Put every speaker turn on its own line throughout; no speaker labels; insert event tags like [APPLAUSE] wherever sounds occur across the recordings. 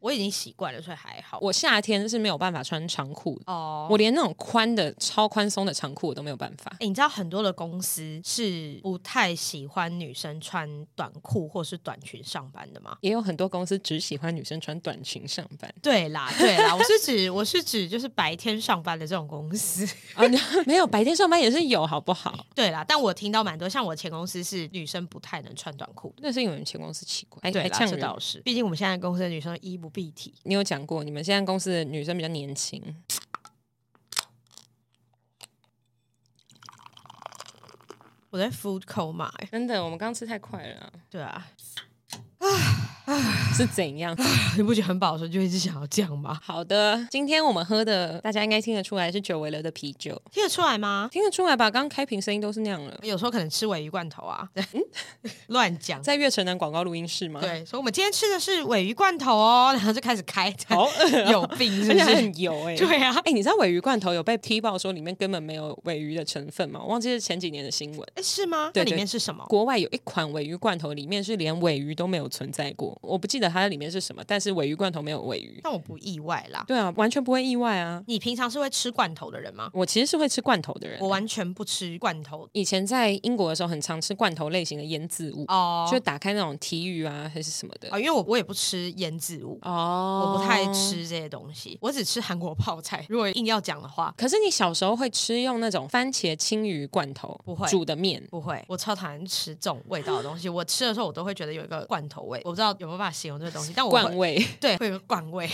我已经习惯了，所以还好。
我夏天是没有办法穿长裤的，
哦，
我连那种宽的、超宽松的长裤我都没有办法。
欸你知道很多的公司是不太喜欢女生穿短裤或是短裙上班的吗？
也有很多公司只喜欢女生穿短裙上班
对啦，对啦，我是指我是指就是白天上班的这种公司。 [LAUGHS]
啊，你 [LAUGHS] 没有白天上班也是有，好不好？
对啦，但我听到蛮多，像我前公司是女生不太能穿短裤的。
那是因为你们前公司奇怪，还
对
哎还
啦，
呛
这
人。
倒是，毕竟我们现在公司的女生衣不蔽体。
你有讲过，你们现在公司的女生比较年轻，
我在 food coma，、欸、
真的，我们刚吃太快了啊、
对啊，
是怎样？
[LAUGHS]
[LAUGHS]
你不觉得很饱的时候就一直想要这样吗？
好的，今天我们喝的，大家应该听得出来是久违了的啤酒，
听得出来吗？
听得出来吧？刚刚开瓶声音都是那样了，
有时候可能吃尾鱼罐头啊， [LAUGHS] 乱讲。
在月城南广告录音室吗？， [LAUGHS]
对，所以我们今天吃的是尾鱼罐头哦，然后就开始开，
好 [LAUGHS] 饿啊
有病是不
而且还
是？
很油 [LAUGHS] 哎、
对啊，
哎、你知道尾鱼罐头有被踢爆说里面根本没有尾鱼的成分吗？我忘记是前几年的新闻。
哎是吗？
对
那里
对
面是什么？
国外有一款尾鱼罐头，里面是连尾鱼都没有存在过。我不记得它里面是什么，但是尾鱼罐头没有尾鱼。
但我不意外啦。
对啊，完全不会意外啊！
你平常是会吃罐头的人吗？
我其实是会吃罐头的人
我。完全不吃罐头
以前在英国的时候，很常吃罐头类型的腌制物，
哦
就打开那种提鱼啊还是什么的。
哦，因为我我也不吃腌制物，
哦
我不太。吃这些东西，我只吃韩国泡菜。如果硬要讲的话，
可是你小时候会吃用那种番茄青鱼罐头
不会
煮的面，
不会，我超讨厌吃这种味道的东西。我吃的时候，我都会觉得有一个罐头味，我不知道有没有办法形容这个东西，但我会
罐味。
对，会有个惯味，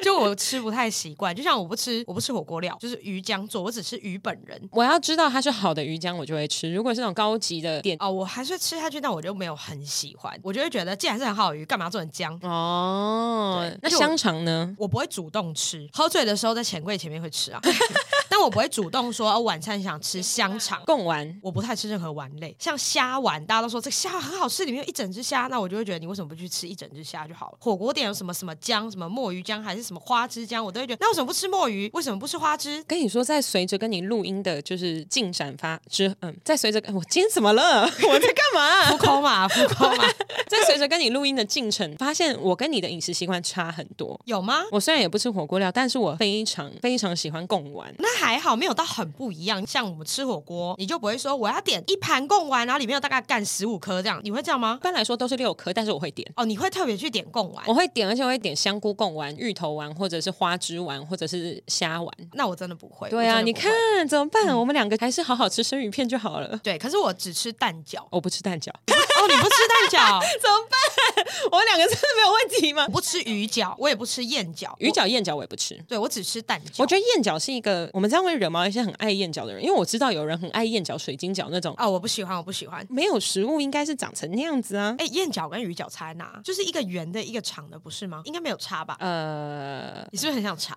就我吃不太习惯。就像我不吃，我不吃火锅料，就是鱼浆做，我只吃鱼本人。
我要知道它是好的鱼浆，我就会吃。如果是那种高级的店，
哦，我还是会吃下去，但我就没有很喜欢，我就会觉得既然是很好的鱼，干嘛做成浆？
哦
对，
那
就
香肠呢？
我不会主动吃，喝醉的时候在钱柜前面会吃啊， [LAUGHS] 但我不会主动说、哦、晚餐想吃香肠。
贡丸
我不太吃任何丸类，像虾丸，大家都说这个虾丸很好吃，里面有一整只虾，那我就会觉得你为什么不去吃一整只虾就好了？火锅店有什么什么姜，什么墨鱼姜还是什么花枝姜，我都会觉得那为什么不吃墨鱼？为什么不吃花枝？
跟你说，在随着跟你录音的，就是进展发之，嗯，在随着我今天怎么了？ [LAUGHS] 我在干嘛
[LAUGHS] 不？抠嘛，不抠嘛，
在随着跟你录音的进程，发现我跟你的饮食习惯差很多。
有吗？
我虽然也不吃火锅料，但是我非常非常喜欢贡丸。
那还好，没有到很不一样。像我们吃火锅，你就不会说我要点一盘贡丸，然后里面有大概干十五颗这样，你会这样吗
一？般来说都是六颗，但是我会点，
哦，你会特别去点贡丸
我？会点，而且我会点香菇贡丸、芋头丸，或者是花枝丸，或者是虾丸。
那我真的不会。
对啊，
我真的
你
不会
看，怎么办？我们两个还是好好吃生鱼片就好了。
对，可是我只吃蛋饺。
我不吃蛋 [LAUGHS] 饺，
哦，你不吃蛋饺， [LAUGHS]
我们两个真的没有问题吗
我？不吃鱼饺，我也不吃燕饺。
[LAUGHS] 鱼
我，
饺、燕饺我也不吃。
对我只吃蛋饺。
我觉得燕饺是一个，我们这样会惹毛一些很爱燕饺的人，因为我知道有人很爱燕饺、水晶饺那种，
哦，我不喜欢，我不喜欢。
没有食物应该是长成那样子啊。
哎，燕饺跟鱼饺差在哪？就是一个圆的，一个长的，不是吗？应该没有差吧？
呃，
你是不是很想
[LAUGHS]
查？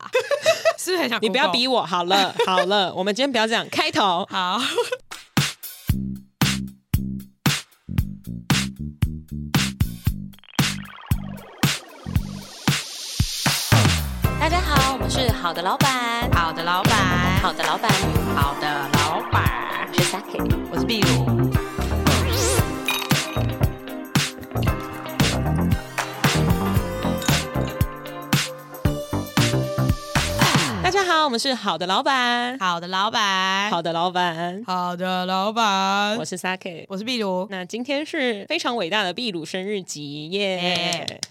是不是很想？
你不要逼。我，好了好了，我们今天不要这样。开头
好，
大家好，我们是好的老板，
好的，老板。
好的老板，
好的，老板，
我是 Saki。
我是壁炉。
大家好，我们是好的老板，
好的，老板。
嗯好的老板，
好的，老板
我。是 Saki。
我是壁炉。
那今天是非常伟大的秘鲁生日集耶！
耶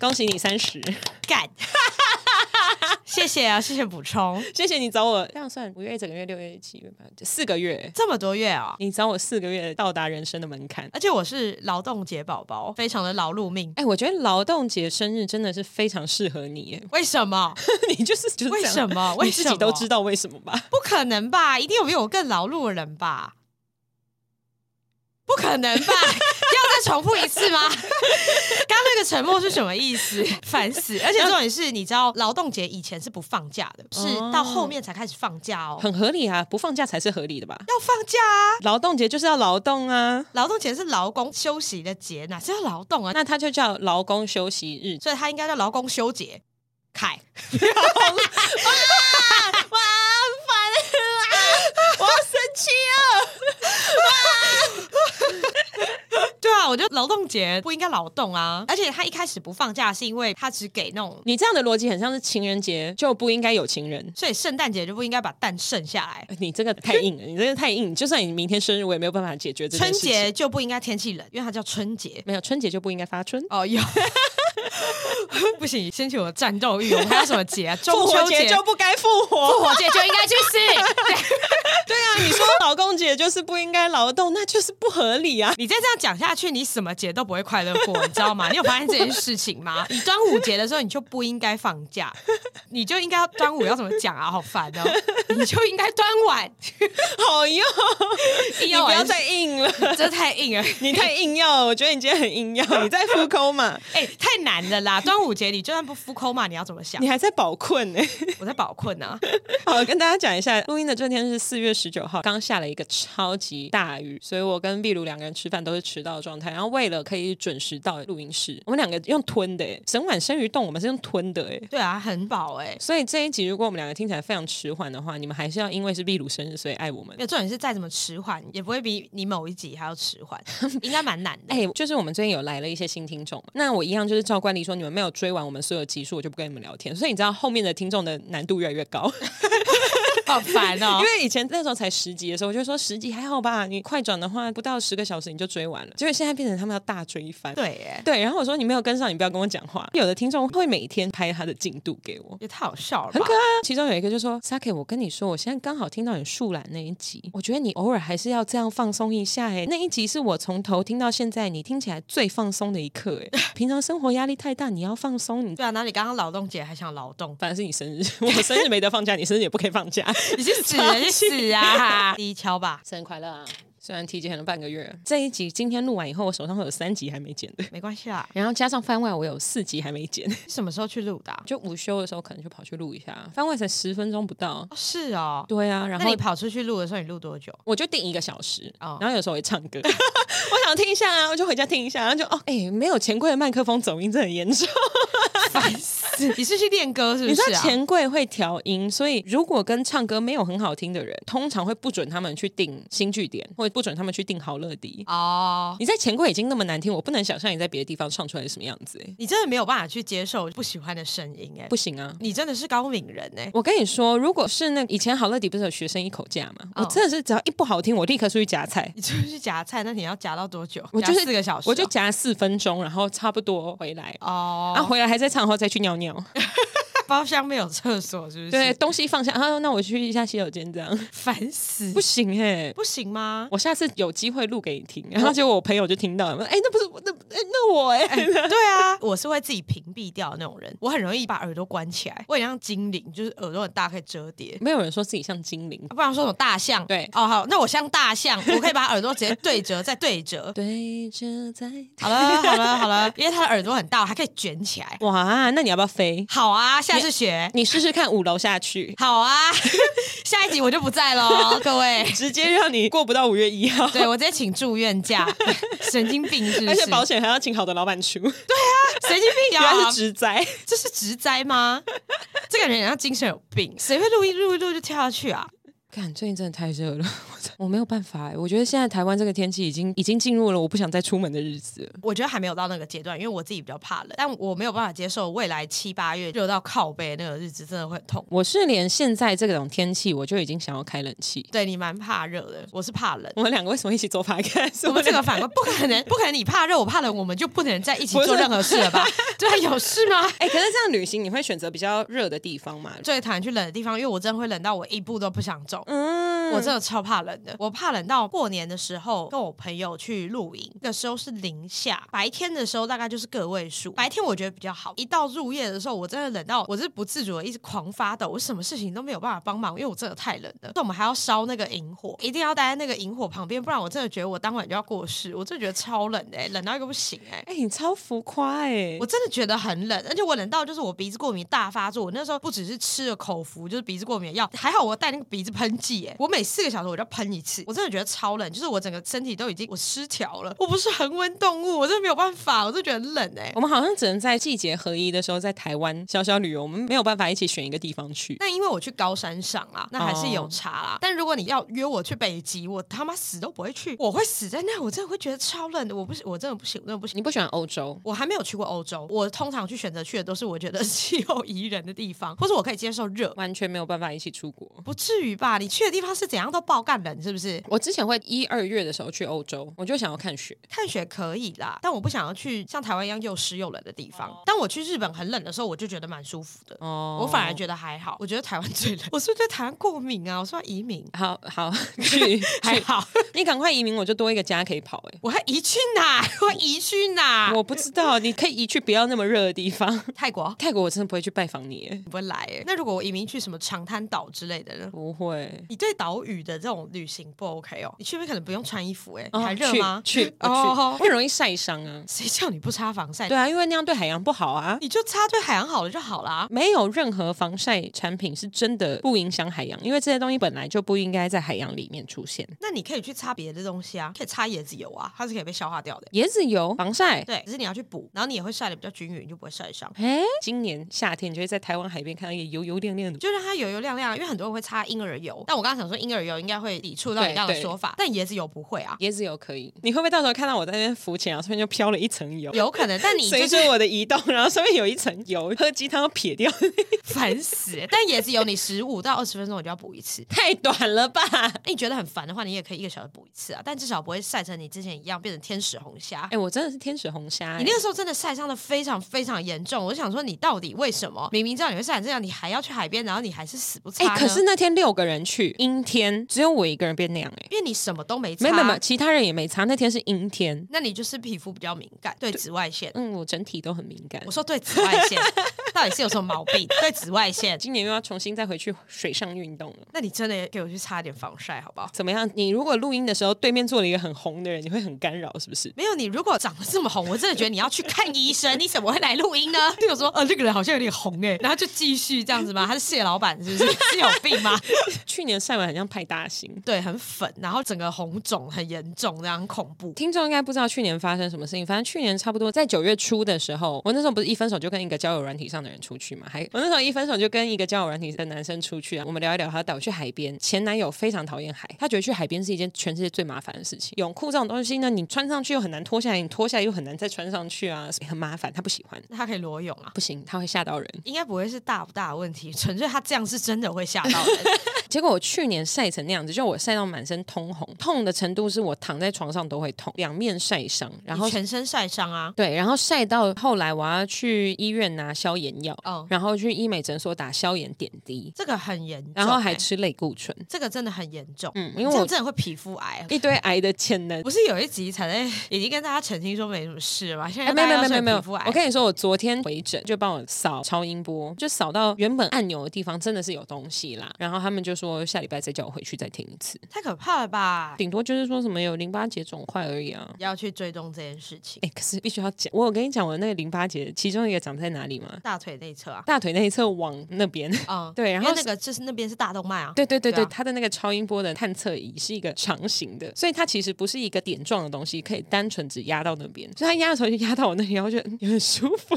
恭喜你三十，
干， [LAUGHS] 谢谢啊，谢谢补充。
谢谢你找我，这样算五月一整个月，六月七月吧，四个月。
这么多月啊、
你找我四个月到达人生的门槛。
而且我是劳动节宝宝，非常的劳碌命。
[LAUGHS] 哎、我觉得劳动节生日真的是非常适合你耶， [LAUGHS]
为什么？
你就是就是这样
为什么啊为
[LAUGHS] 你自己
什
都
么
知道为什么吧？
不可能吧？一定有比我更劳碌的人吧？不可能
[LAUGHS]
吧？要再重复一次吗？刚刚那个沉默是什么意思？烦死！而且重点是，你知道劳动节以前是不放假的，是
哦
到后面才开始放假哦。
很合理啊，不放假才是合理的吧？
要放假啊！
劳动节就是要劳动啊，
劳动节是劳工休息的节，哪是要劳动啊？那
那它就叫劳工休息日。
所以它应该叫劳工休节。凯，
我要生气啊！
对啊，我觉得劳动节不应该劳动啊。而且他一开始不放假，是因为他只给那种，
你这样的逻辑很像是情人节就不应该有情人。哎
所以圣诞节就不应该把蛋剩下来。
你这个太硬了，你这个太硬。就算你明天生日，我也没有办法解决这件
春
事情。
节就不应该天气冷，因为它叫春节。
没有春节就不应该发春，
哦，有。 [LAUGHS] 不行，掀起我的战斗欲。我们还有什么
[LAUGHS]
节啊？中
复
秋
活节就不该复活。
复活节就应该去 [LAUGHS] 死。
对啊，你说劳工节就是不应该劳动，那就是不合理 [LAUGHS] 啊。
你再这样讲下去，你什么节都不会快乐过，你知道吗？你有发现这件事情吗？你端午节的时候，你就不应该放假，你就应该要端午要怎么讲啊？好烦哦！你就应该端碗， [LAUGHS]
好用，
硬
你
要
不要
玩
再硬了，
这太硬了。
你太硬要了。我觉得你今天很硬要， [LAUGHS] 你在复抠嘛，
[LAUGHS] 哎、太难了啦！端午节你就算不敷抠嘛，你要怎么想
[LAUGHS] 你？还在饱困 [LAUGHS] 呢、
我在饱困啊！
好，跟大家讲一下，录音的这天是四月十九号，刚下了一个超级大雨，所以我跟壁炉两个人吃饭都是迟到的状态。然后为了可以准时到录音室，我们两个用吞的、欸，整碗生鱼冻我们是用吞的、欸，
对啊，很饱哎、
所以这一集如果我们两个听起来非常迟缓的话，你们还是要因为是壁炉生日，所以爱我们
没。有重点是再怎么迟缓，也不会比你某一集还要迟缓，应该蛮难的。
哎、就是我们最近有来了一些新听众嘛，那我一样就是照惯例说，你们没有追完我们所有集数，我就不跟你们聊天。所以你知道后面的听众的难度越来越高，
好烦哦、
因为以前那时候才十集的时候，我就说十集还好吧，你快转的话不到十个小时你就追完了。结果现在变成他们要大追
[LAUGHS]
番，
对耶，
对。然后我说你没有跟上，你不要跟我讲话。有的听众会每天拍他的进度给我。
也太好笑了吧
很可爱啊！其中有一个就说：“Saki，我跟你说，我现在刚好听到你树懒那一集，我觉得你偶尔还是要这样放松一下、欸。哎，那一集是我从头听到现在，你听起来最放松的一刻、 [LAUGHS] 欸。哎，平常生活压力太大，你要放松。你 [LAUGHS]
对啊，那你刚刚劳动节还想劳动，
反正是你生日，我生日没得放假，你生日也不可以放假。
你去死啊，你去死啊！第一敲吧，
[LAUGHS] 生日快乐啊！虽然提前了半个月，啊这一集今天录完以后，我手上会有三集还没剪的，
没关系啦。
然后加上番外，我有四集还没剪。
你什么时候去录的啊、
就午休的时候可能就跑去录一下，番外才十分钟不到。
哦是哦，
对啊，然
那
后
你跑出去录的时候，你录多久？
[LAUGHS] 我就定一个小时，
哦
然后有时候会唱歌， [LAUGHS] 我想听一下啊，我就回家听一下，然后就哦，哎、没有钱柜的麦克风走音真的很严重。
烦死！你是去练歌是
你
不
知
是
道
啊？
钱柜会调音，所以如果跟唱歌没有很好听的人，通常会不准他们去订新据点，或者不准他们去订好乐迪。
哦，
你在钱柜已经那么难听，我不能想象你在别的地方唱出来是什么样子、哎
你真的没有办法去接受不喜欢的声音哎、
不行啊！
你真的是高敏人哎、
我跟你说，如果是那以前好乐迪不是有学生一口价吗？
哦
我真的是只要一不好听，我立刻出去夹菜。
你出去夹菜，那你要夹到多久？
我就是
夹四个小时哦、
我就夹四分钟，然后差不多回来，
哦，
啊，回来还在唱后再去尿 [LAUGHS] 尿。
包厢没有厕所是不是？
对，，东西放下，啊，那我去一下洗手间，这样 [LAUGHS]
烦死！
不
不
行哎、
不行吗？
我下次有机会录给你听，然后结果我朋友就听到了，哎、那不是我，那哎、那我哎、
对啊， [LAUGHS] 我是会自己屏蔽掉的那种人，我很容易把耳朵关起来，我很像精灵，就是耳朵很大可以折叠。
没有人说自己像精灵，
不然说什么大象？
对
哦好，那我像大象， [LAUGHS] 我可以把耳朵直接对折再对折。
对着在，
好
[LAUGHS]
了好了好了，因为他的耳朵很大，我还可以卷起来。
哇，那你要不要飞？
好啊，下次学。
你试试看五楼下去，
好啊， [LAUGHS] 下一集我就不在喽， [LAUGHS] 各位。
直接让你过不到五月一号。
对，我直接请住院假， [LAUGHS] 神经病是不是？
而且保险还要请好的老板 [LAUGHS] 出，原
神经病
来
啊！
是植栽。
这是植栽吗？这个人好像精神有病，谁会录一录一录就跳下去啊？
看最近真的太热了，我真我没有办法、欸。我觉得现在台湾这个天气已经已经进入了我不想再出门的日子了。
我觉得还没有到那个阶段，因为我自己比较怕冷，但我没有办法接受未来七八月热到靠背那个日子，真的会很痛。
我是连现在这种天气，我就已经想要开冷气。
对你蛮怕热的，我是怕
[LAUGHS]
冷。
我们两个为什么一起做 podcast？ [LAUGHS]
我们这个反过不可能，不可能你怕热，我怕冷，我们就不能在一起做任何事了吧？对啊，有事吗？
哎、可是这样旅行你会选择比较热的地方吗？
最讨厌去冷的地方，因为我真的会冷到我一步都不想走。
嗯
我真的超怕冷的，我怕冷到过年的时候跟我朋友去露营，那时候是零下，白天的时候大概就是个位数，白天我觉得比较好。一到入夜的时候，我真的冷到我是不自主的一直狂发抖，我什么事情都没有办法帮忙，因为我真的太冷了。那我们还要烧那个萤火，一定要待在那个萤火旁边，不然我真的觉得我当晚就要过世，我真的觉得超冷的、欸，冷到一个不行哎、
哎、你超浮夸哎、
我真的觉得很冷，而且我冷到就是我鼻子过敏大发作。我那时候不只是吃了口服，就是鼻子过敏的药，还好我带那个鼻子喷剂，哎，我每四个小时我就要喷一次。我真的觉得超冷，就是我整个身体都已经我失调了，我不是恒温动物，我真的没有办法，我就觉得很冷哎、
我们好像只能在季节合一的时候在台湾小小旅游，我们没有办法一起选一个地方去。
那因为我去高山上啦，那还是有差啦。但如果你要约我去北极，我他妈死都不会去，我会死在那，我真的会觉得超冷的，我不是，我真的不行，我真的不行。
你不喜欢欧洲？
我还没有去过欧洲，我通常去选择去的都是我觉得 [LAUGHS] 气候宜人的地方，或者我可以接受热，
完全没有办法一起出国。
不至于吧？你去的地方是怎样都爆干冷，是不是？
我之前会一二月的时候去欧洲，我就想要看雪。
看雪可以啦，但我不想要去像台湾一样又湿又冷的地方。当我去日本很冷的时候，我就觉得蛮舒服的。
哦
我反而觉得还好，我觉得台湾最冷。我 [LAUGHS] 是不是对台湾过敏啊？我说移民
得好好 [LAUGHS] 去
还
去，
好，
你赶快移民，我就多一个家可以跑、欸。
我还移去哪？ [LAUGHS] 我移去哪？
我不知道，你可以移去不要那么热的地方。
泰国
[LAUGHS] 泰国我真的不会去拜访你、欸，
你不会来、欸？那如果我移民去什么长滩岛之类的呢？
不会。
你对岛屿的这种旅行不 OK 哦？你去那边可能不用穿衣服哎、
哦
你还热吗？
[LAUGHS] 去去，我去
哦
我很容易晒伤啊。
谁叫你不擦防晒？
对啊，因为那样对海洋不好啊。
你就擦对海洋好了就好啦。
没有任何防晒产品是真的不影响海洋，因为这些东西本来就不应该在海洋里面出现。
那你可以去擦别的东西啊，可以擦椰子油啊，它是可以被消化掉的。
椰子油防晒，
对，只是你要去补，然后你也会晒得比较均匀，你就不会晒伤，
哎，今年夏天你就会在台湾海边看到一个油油亮亮的。
就让它油油亮亮。因为很多人会擦婴儿油，但我刚刚想说婴儿油应该会抵触到你
对
这样的
对
说法，但椰子油不会啊，
椰子油可以，你会不会到时候看到我在那边浮潜，然后上面就飘了一层油？
有可能，但
[LAUGHS]
你
随
就是
着我的移动，然后上面有一层油，喝鸡汤要撇掉，
烦死欸。但椰子油你十五到二十分钟我就要补一次。
[LAUGHS] 太短了吧？
那你觉得很烦的话，你也可以一个小时补一次啊，但至少不会晒成你之前一样变成天使红虾
[LAUGHS] 哎、。我真的是天使红虾、
你
欸
那。个时候真的晒伤的非常非常严重，我就想说你到底为什么？明明知道你会晒成这样，你还要去海边，然后你还是死不擦
哎、
呢、
可是那天六个人去，阴天，只有我一个人变那样、哎，
因为你什么都没擦，
没没没，其他人也没擦。那天是阴天，
那你就是皮肤比较敏感，对紫外线。
嗯，我整体都很敏感
我。说对紫外线， [LAUGHS] 到底是有什么毛病？对紫外线，
今年又要重新再回去水上运动了。
那你真的也给我去擦点防晒好不好？
怎么样？你如果录音的时候对面坐了一个很红的人，你会很干扰是不是？ [LAUGHS]
没有你，如果长得这么红，我真的觉得你要去看医生，你怎么会来录音 [LAUGHS] 呢？就有说，呃，这个人好像有点红哎，然后就继续这样子吗？他是蟹老板是不 [LAUGHS] 是？是有病吗？
去年晒完很像派大星。
对，很粉，然后整个红肿很严重，这样很恐怖。
听众应该不知道去年发生什么事情，反正去年差不多在九月初的时候，我那时候不是一分手就跟一个交友软体上的人出去嘛，还嗯我那时候一分手就跟一个交友软体的男生出去啊，我们聊一聊，他带我去海边，前男友非常讨厌海，他觉得去海边是一件全世界最麻烦的事情，泳裤这种东西呢，你穿上去又很难脱下来，你脱下来又很难再穿上去啊，很麻烦，他不喜欢，
那他可以裸泳啊？
不行，他会吓到人。
应该不会是大不大的问题，纯粹他这样是真的会吓到 [LAUGHS] 人。
结果我去年晒成那样子，就我晒到满身通红，痛的程度是我躺在床上都会痛，两面晒伤，然后
你全身晒伤啊，
对，然后晒到后来我要去医院拿消炎药，
哦
然后去医美诊所打消炎点滴，
这个很严重、
然后还
欸
吃类固醇。
这个真的很严重，
嗯
嗯，
因
这
为我
样真的会皮肤癌。
一堆癌的潜能
不。是有一集才在已经跟大家澄清说没什么事吗？现在
哎，没有没有
大
没
家
有没
要说
有
皮肤，癌，
我跟你说，我昨天回诊就帮我扫超音波，就扫到原本按钮的地方真的是有东西啦。然后他们就说下礼拜再叫我回去再听一次，
太可怕了吧？
顶多就是说什么有淋巴结肿块而已啊。
要去追踪这件事情，
哎、可是必须要讲，我有跟你讲我那个淋巴结其中一个长在哪里吗？
大腿内侧啊，
大腿那一侧往那边。
嗯，
对然后
因为那个就是那边是大动脉啊，
对对对对，
对啊
它的那个超音波的探测仪是一个长形的，所以它其实不是一个点状的东西，可以单纯只压到那边。所以它压的时候就压到我那里，然后就有点舒
[LAUGHS]
服。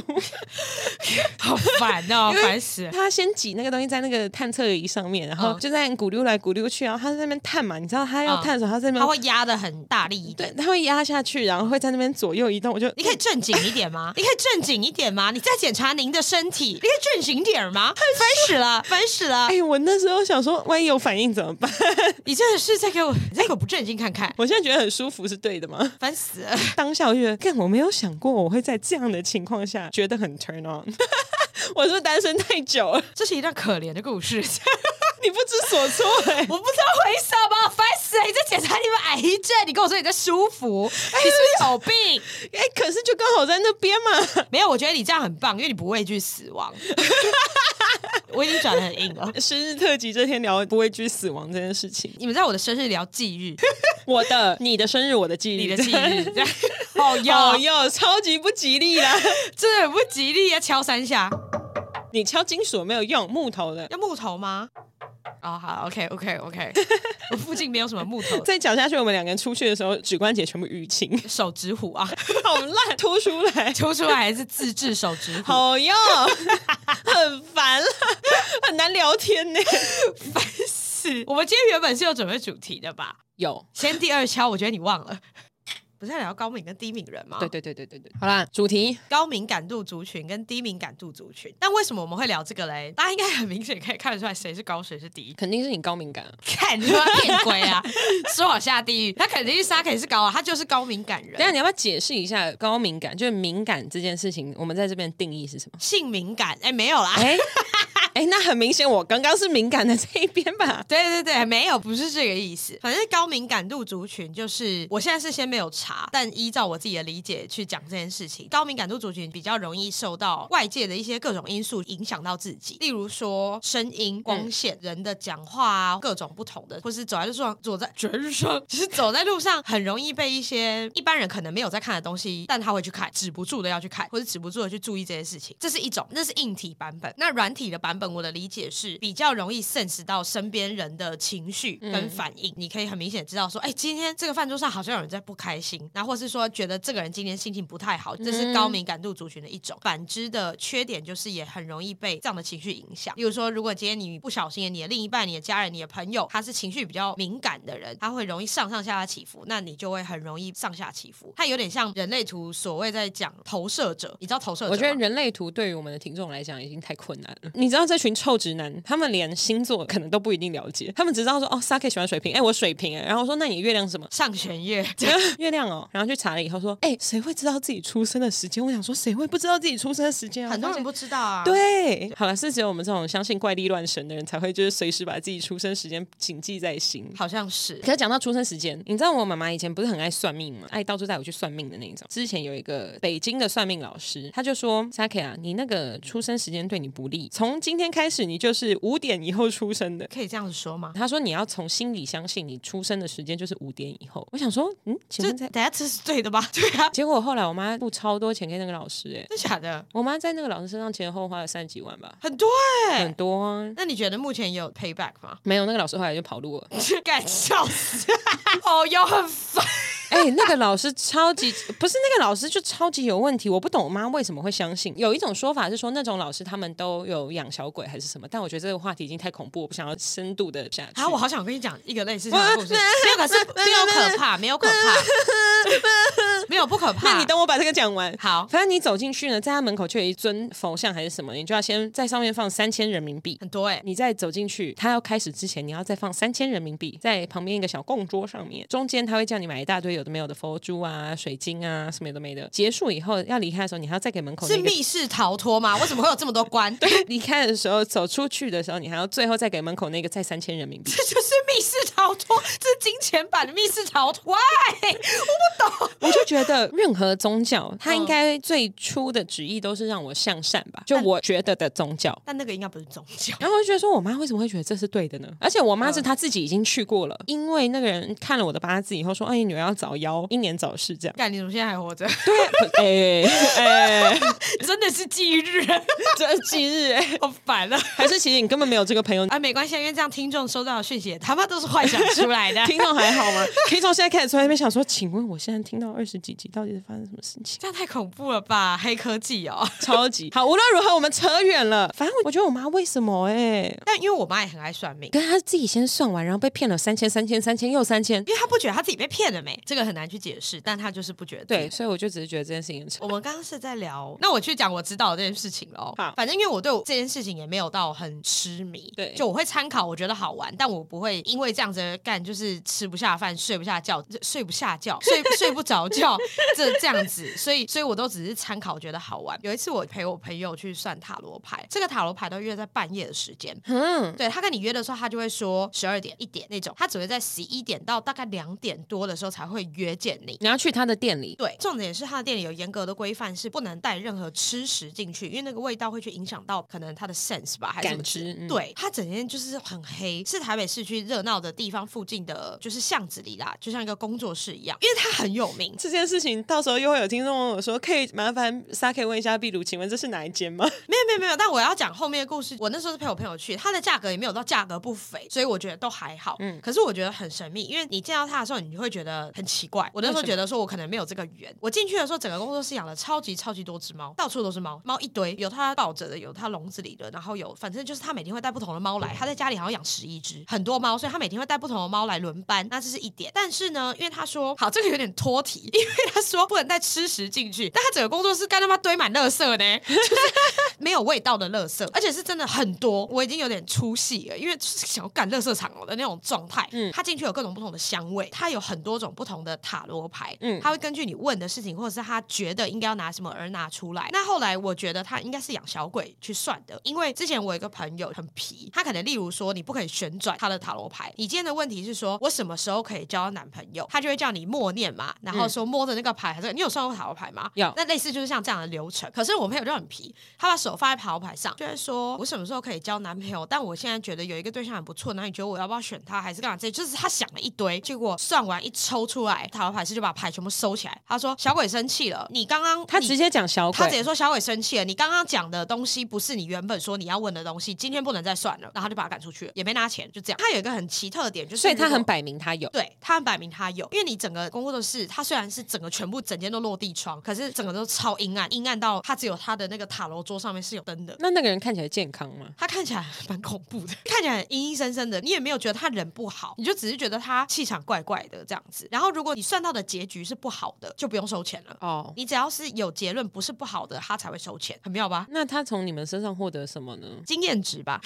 好烦哦，烦死了。
它先挤那个东西在那个探测仪上面，然后
嗯
就在在咕溜来咕溜去，然后他在那边探嘛，你知道他
嗯
要探的时候，他在那
它
边、
会压的很大力一点。
对，他会压下去，然后会在那边左右移动。我就
你可以正经一点
[LAUGHS]
吗？你可以正经一点吗？你在检查您的身体，你可以正经一点
[LAUGHS]
吗？烦死了，烦死了
哎、！我那时候想说，万一有反应怎么办？ [LAUGHS]
你真的是在给我，你在给我不正经看看，
我现在觉得很舒服，是对的吗？ [LAUGHS]
烦死了！
当下我就觉得，干，我没有想过我会在这样的情况下觉得很 turn on。我是不是单身太久了，
这是一段可怜的故
[LAUGHS]
事，
你不知所措哎、
我不知道为什么，烦死了！你在检查你们癌症，你跟我说你在舒服，你是不是有病？
[LAUGHS]
[LAUGHS]
哎、可是就刚好在那边嘛，
没有，我觉得你这样很棒，因为你不畏惧死亡。我已经转的很硬了。
[LAUGHS] 生日特辑这天聊不畏惧死亡这件事情。
你们在我的生日聊忌
[LAUGHS]
日，
我的、 [LAUGHS] 你的生日、我的记忆，
你的忌日，这样好
[LAUGHS] 哦有
哟，
有超级不吉利啦！ [LAUGHS]
真的很不吉利啊！敲三下，
你敲金属没有用，木头的。
要木头吗？哦，好，OK，OK，OK，我
[LAUGHS]
附近没有什么木头，
再讲下去，我们两个人出去的时候，指关节全部淤青，
手指虎啊，
[LAUGHS]
[LAUGHS]
好烂，凸出来，
抽出来还是自制手指虎，
好 [LAUGHS] 用，很烦了， [LAUGHS] 很难聊天呢。
是我们今天原本是有准备主题的吧？
有，
先第二敲，我觉得你忘了， [LAUGHS] 不是在聊高敏跟低敏人吗？
对对对对对对，好啦，主题
高敏感度族群跟低敏感度族群。但为什么我们会聊这个嘞？大家应该很明显可以看得出来谁是高谁是低。
肯定是你高敏感啊，
[LAUGHS] 看你他妈骗鬼啊！ [LAUGHS] 说好下地狱，他肯定是沙肯是高啊，他就是高敏感
等一下
人，
你要不要解释一下高敏感，就是敏感这件事情，我们在这边定义是什么？
性敏感哎、没有啦。
哎、 [LAUGHS] 哎、那很明显，我刚刚是敏感的这一边吧？
对对对，没有，不是这个意思。反正高敏感度族群就是，我现在是先没有查，但依照我自己的理解去讲这件事情，高敏感度族群比较容易受到外界的一些各种因素影响到自己，例如说声音、光线、人的讲话啊，各种不同的，或是走在路上，走在全上，就是走在路上很容易被一些一般人可能没有在看的东西，但他会去看，止不住的要去看，或者止不住的去注意这些事情，这是一种，那是硬体版本。那软体的版本，我的理解是比较容易 sense 到身边人的情绪跟反应，你可以很明显知道说，哎、今天这个饭桌上好像有人在不开心，然后或是说觉得这个人今天心情不太好，这是高敏感度族群的一种。反之的缺点就是也很容易被这样的情绪影响。比如说，如果今天你不小心，你的另一半、你的家人、你的朋友，他是情绪比较敏感的人，他会容易上上下下起伏，那你就会很容易上下起伏。它有点像人类图所谓在讲投射者，你知道投射者吗？
我觉得人类图对于我们的听众来讲已经太困难了。你知道这群臭直男，他们连星座可能都不一定了解，他们只知道说哦，Saki 喜欢水瓶，哎、我水瓶、哎，然后我说那你月亮是 [LAUGHS] 什么？
上弦 [LAUGHS] 月，
月亮哦，然后去查了以后说，哎、谁会知道自己出生的时间？我想说，谁会不知道自己出生的时间啊？
很多人不知道啊。。
对，好了，是只有我们这种相信怪力乱神的人才会，就是随时把自己出生时间谨记在心。
好像是
可是讲到出生时间，你知道我妈妈以前不是很爱算命吗？爱到处带我去算命的那一种。之前有一个北京的算命老师，他就说：“Saki 啊，你那个出生时间对你不利，从今天开始你就是五点以后出生的。”
可以这样子说吗？
他说：“你要从心里相信你出生的时间就是五点以后。”我想说，嗯，请
这
问在
等下这是对的吧？ [LAUGHS] 对啊，
结果后来我妈付超多钱给那个老师、欸，
真假的
我妈在那个老师身上前后花了三十几万吧，
很多哎、
很多啊。
那你觉得目前有 payback 吗？ [LAUGHS]
没有，那个老师后来就跑路了。 [LAUGHS]
干笑死！ [LAUGHS] 哦哟，很烦。
哎、那个老师超级不是那个老师就超级有问题，我不懂我妈为什么会相信。有一种说法是说那种老师他们都有养小鬼还是什么，但我觉得这个话题已经太恐怖，我不想要深度的下去。
啊，我好想跟你讲一个类似这样的 [LAUGHS] 故事，没有，可是没有可怕，没有可怕， [LAUGHS] 没有不可怕。
那你等我把这个讲完。
好，
反正你走进去呢，在他门口就有一尊佛像还是什么，你就要先在上面放三千人民币。
很多哎、
你在走进去，他要开始之前，你要再放三千人民币在旁边一个小供桌上面，中间他会叫你买一大堆有的没有的佛珠啊、水晶啊，什么有的没的。结束以后要离开的时候，你还要再给门口
是
那个。
密室逃脱吗？为什么会有这么多关？ [LAUGHS] 对，
[LAUGHS] 离开的时候，走出去的时候，你还要最后再给门口那个再三千人民币。
这就是密室逃脱，这是金钱版的密室逃脱。喂，
我就觉得任何宗教，它应该最初的旨意都是让我向善吧，就我觉得的宗教。
但那个应该不是宗教。
然后我就觉得说，我妈为什么会觉得
嗯
这啊是对的呢？而且我妈是她自己已经去过了，因为那个人看了我的八字以后说：“哎，你女儿要早早夭，英年早逝这样。
[LAUGHS] 干，你怎么现在还活着？ [LAUGHS]
对，哎哎，
真的是忌日，
这是忌日哎、
[LAUGHS] 好烦啊！
还是其实你根本没有这个朋友。
啊，没关系，因为这样听众收到的讯息也他妈都是幻想出来 [LAUGHS] 的。
听众还好吗？听众现在开始坐在那边想说，请问我现在听到二十几集，到底是发生什么事情？
这样太恐怖了吧？黑科技哦！
超级好，无论如何我们扯远了。反正我觉得我妈为什么哎、
[LAUGHS] 但因为我妈也很爱算命，
跟她自己先算完，然后被骗了三千、三千、三千又三千。
因为她不觉得她自己被骗了没，这个很难去解释，但她就是不觉得。
对，，所以我就只是觉得这件事情很扯。
我们刚刚是在聊，那我去讲我知道的这件事情喽
好。
反正因为我对我这件事情也没有到很痴迷，
对
就我会参考，我觉得好玩，但我不会因为这样子干就是吃不下饭、睡不下觉、睡不下觉、 [LAUGHS] 睡睡不着觉这这样子，所以所以我都只是参考，觉得好玩。有一次我陪我朋友去算塔罗牌，这个塔罗牌都约在半夜的时间，
嗯，
对他跟你约的时候，他就会说十二点、一点那种，他只会在十一点到大概两点多的时候才会约见你。
你要去她的店里，
对，重点是他的店里有严格的规范，是不能带任何吃食进去，因为那个味道会去影响到可能他的 sense 吧，还是什么
感知
之类的
嗯
对，他整天就是很黑，是台北市区热闹的地方附近的，就是巷子里啦，就像一个工作室一样，因为他很有名。
这件事情到时候又会有听众问我说，可以麻烦 s 可以问一下壁炉，请问这是哪一间吗？
没有没有没有，但我要讲后面的故事。我那时候是陪我朋友去，它的价格也没有到价格不菲，所以我觉得都还好。嗯，可是我觉得很神秘，因为你见到它的时候，你就会觉得很奇怪。我那时候
为什
觉
么
得说我可能没有这个缘。我进去的时候，整个工作室养了超级超级多只猫，到处都是猫，猫一堆，有它抱着的，有它笼子里的，然后有反正就是它每天会带不同的猫来。它在家里好像养十一只，很多猫，所以它每天会带不同的猫来轮班。那这是一点，但是呢，因为他说好，这个有点脱题，因为他说不能带吃食进去，但他整个工作室干他妈堆满垃圾呢。没有味道的垃圾，而且是真的很多，我已经有点出戏了，因为就是想要赶垃圾场的那种状态。嗯，它进去有各种不同的香味，它有很多种不同的塔罗牌，嗯
嗯，
它会根据你问的事情，或者是他觉得应该要拿什么而拿出来。那后来我觉得他应该是养小鬼去算的，因为之前我有一个朋友很皮，他可能例如说你不可以旋转他的塔罗牌，你今天的问题是说我什么时候可以交到男朋友，他就会叫你默念嘛，然后说摸着那个牌，还是你有算过塔罗牌吗？
有
那类似就是像这样的流程。可是我朋友就很皮，他把手放在塔罗牌上，就会说：“我什么时候可以交男朋友？但我现在觉得有一个对象很不错，那你觉得我要不要选他，还是干嘛？”这就是他想了一堆，结果算完一抽出来，塔罗牌师就把牌全部收起来。他说：“小鬼生气了，你刚刚
他
你
直接讲小
他直
鬼，
接说小伟生气了，你刚刚讲的东西不是你原本说你要问的东西，今天不能再算了，然后他就把他赶出去了，也没拿钱，就这样。他有一个很奇特的点，就是
所以他
如果
很摆明他有。
对他很摆明他有，因为你整个工作室，它虽然是整个全部整间都落地窗，可是整个都超阴暗，阴暗到它只有它的那个塔罗桌上面是有灯的。
那那个人看起来健康吗？
他看起来蛮恐怖的，看起来很阴阴森森的，你也没有觉得他人不好，你就只是觉得他气场怪怪的这样子。然后如果你算到的结局是不好的，就不用收钱了。
哦，
你只要是有结论不是不好的，他才会收钱，很妙吧？
那他从你们身上获得什么呢？
经验值吧。 [LAUGHS]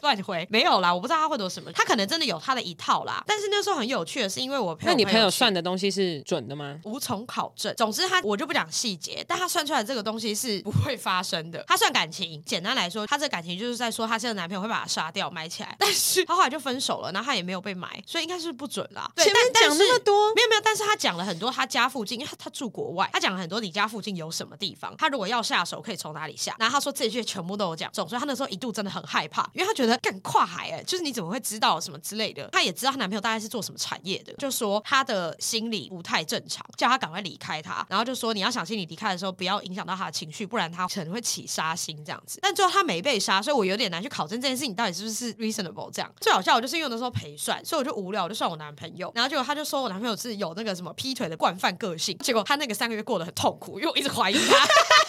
乱回没有啦，我不知道他会有什么，他可能真的有他的一套啦。但是那时候很有趣的是，因为我陪我
那你朋友
去
算的东西是准的吗？
无从考证。总之他我就不讲细节，但他算出来这个东西是不会发生的。他算感情，简单来说，他这个感情就是在说他现在的男朋友会把他杀掉埋起来，但是他后来就分手了，然后他也没有被埋，所以应该是不准啦。对，
前面
但
讲那么。
但是
多，
没有没有，但是他讲了很多他家附近，因为他他住国外，他讲了很多你家附近有什么地方，他如果要下手可以从哪里下。然后他说这些全部都有讲中，所以他那时候一度真的很害怕，因为他觉得干跨海哎、就是你怎么会知道什么之类的？他也知道她男朋友大概是做什么产业的，就说他的心理不太正常，叫他赶快离开他，然后就说你要小心你离开的时候不要影响到他的情绪，不然他可能会起杀心这样子。但最后他没被杀，所以我有点难去考证这件事情到底是不是 reasonable 这样。最好笑我就是因为我那时候陪算，所以我就无聊，我就算我男朋友，然后结果他就说我男朋友是有那个什么劈腿的惯犯个性，结果他那个三个月过得很痛苦，因为我一直怀疑他。
[LAUGHS]
[LAUGHS]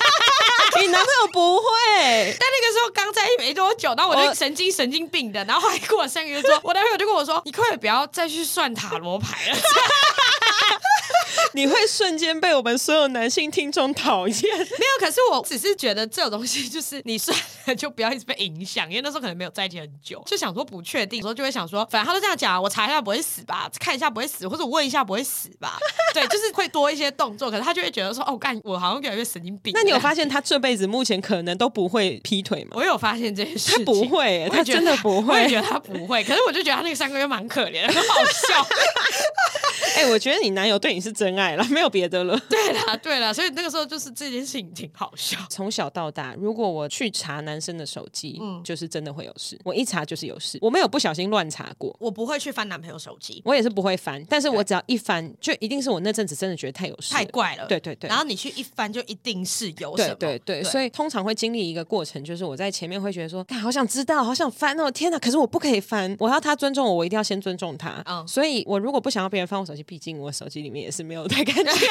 你男朋友不会
但那个时候刚在一起没多久，然后我就
我
神经神经病的，然后后来过了三个月之后，我男朋友就跟我说：“你快点不要再去算塔罗牌了。”
你会瞬间被我们所有男性听众讨厌。
没有，可是我只是觉得这种东西就是你算了就不要一直被影响，因为那时候可能没有在一起很久，就想说不确定，有时候就会想说，反正他都这样讲，我查一下不会死吧，看一下不会死，或者我问一下不会死吧，对，就是会多一些动作，可是他就会觉得说，哦，干，我好像越来越神经病。
那你有发？现他这辈子目前可能都不会劈腿吗？
我有发现这件事情，
他不会耶
我也觉得
他真的不会
我也觉得他不会。可是我就觉得他那个三个月蛮可怜的，很好笑。
哎、哎、我觉得你男友对你是真爱了，没有别的了。
[LAUGHS] 对啦，对啦，所以那个时候就是这件事情挺好笑。
从小到大，如果我去查男生的手机，
嗯
就是真的会有事。我一查就是有事，我没有不小心乱查过。
我不会去翻男朋友手机，
我也是不会翻，但是我只要一翻，就一定是我那阵子真的觉得太有事了，
太怪了。
对对对
然后你去一翻，就一定是有什
对
么。
对对，
对
所以通常会经历一个过程，就是我在前面会觉得说，干好想知道，好想翻哦，天哪！可是我不可以翻，我要他尊重我，我一定要先尊重他。
嗯
所以我如果不想要别人翻我手机，毕竟我手机里面也是没有
[LAUGHS]
太干净。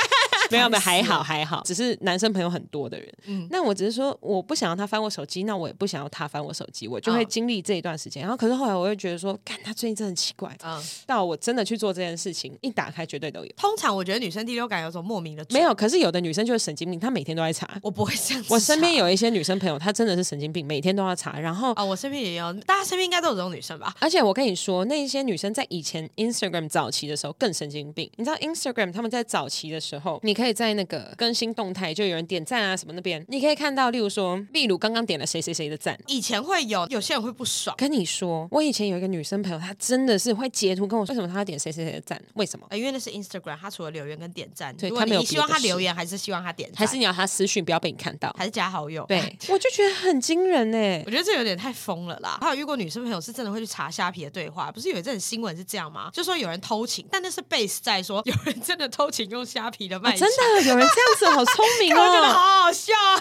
没有没有，还好还好，只是男生朋友很多的人。
嗯
那我只是说，我不想要他翻我手机，那我也不想要他翻我手机，我就会
嗯
经历这一段时间。然后，可是后来我会觉得说，干他最近真的很奇怪。
嗯，
到我真的去做这件事情，一打开绝对都有。
通常我觉得女生第六感有种莫名的准
没有，，可是有的女生就是神经病，她每天都在查。
我不会这样子查。
我身边有一些女生朋友，她真的是神经病，每天都要查。然后，
啊、我身边也有，大家身边应该都有这种女生吧？
而且我跟你说，那一些女生在以前 Instagram 早期的时候更神经病。你知道 Instagram 他们在早期的时候，你可以在那个更新动态，就有人点赞啊什么那边，你可以看到，例如说秘鲁刚刚点了谁谁谁的赞。
以前会有，有些人会不爽。
跟你说，我以前有一个女生朋友，她真的是会截图跟我说，为什么她要点谁谁谁的赞？为什么？
呃因为那是 Instagram，他除了留言跟点赞，
对
如果
他没有
你
别
希
的
望他
事
留言，还是希望他点赞，
还是你要她私讯，不要被你看到？
还是加好友？
对，我就觉得很惊人哎、
[LAUGHS] 我觉得这有点太疯了啦！还有遇过女生朋友是真的会去查虾皮的对话，不是有一阵新闻是这样吗？就说有人偷情，但那是 base 在说有人真的偷情用虾皮的卖、
哦真，的有人这样子，好聪
[LAUGHS]
明
我觉得
哦！
好好笑 [LAUGHS] 啊！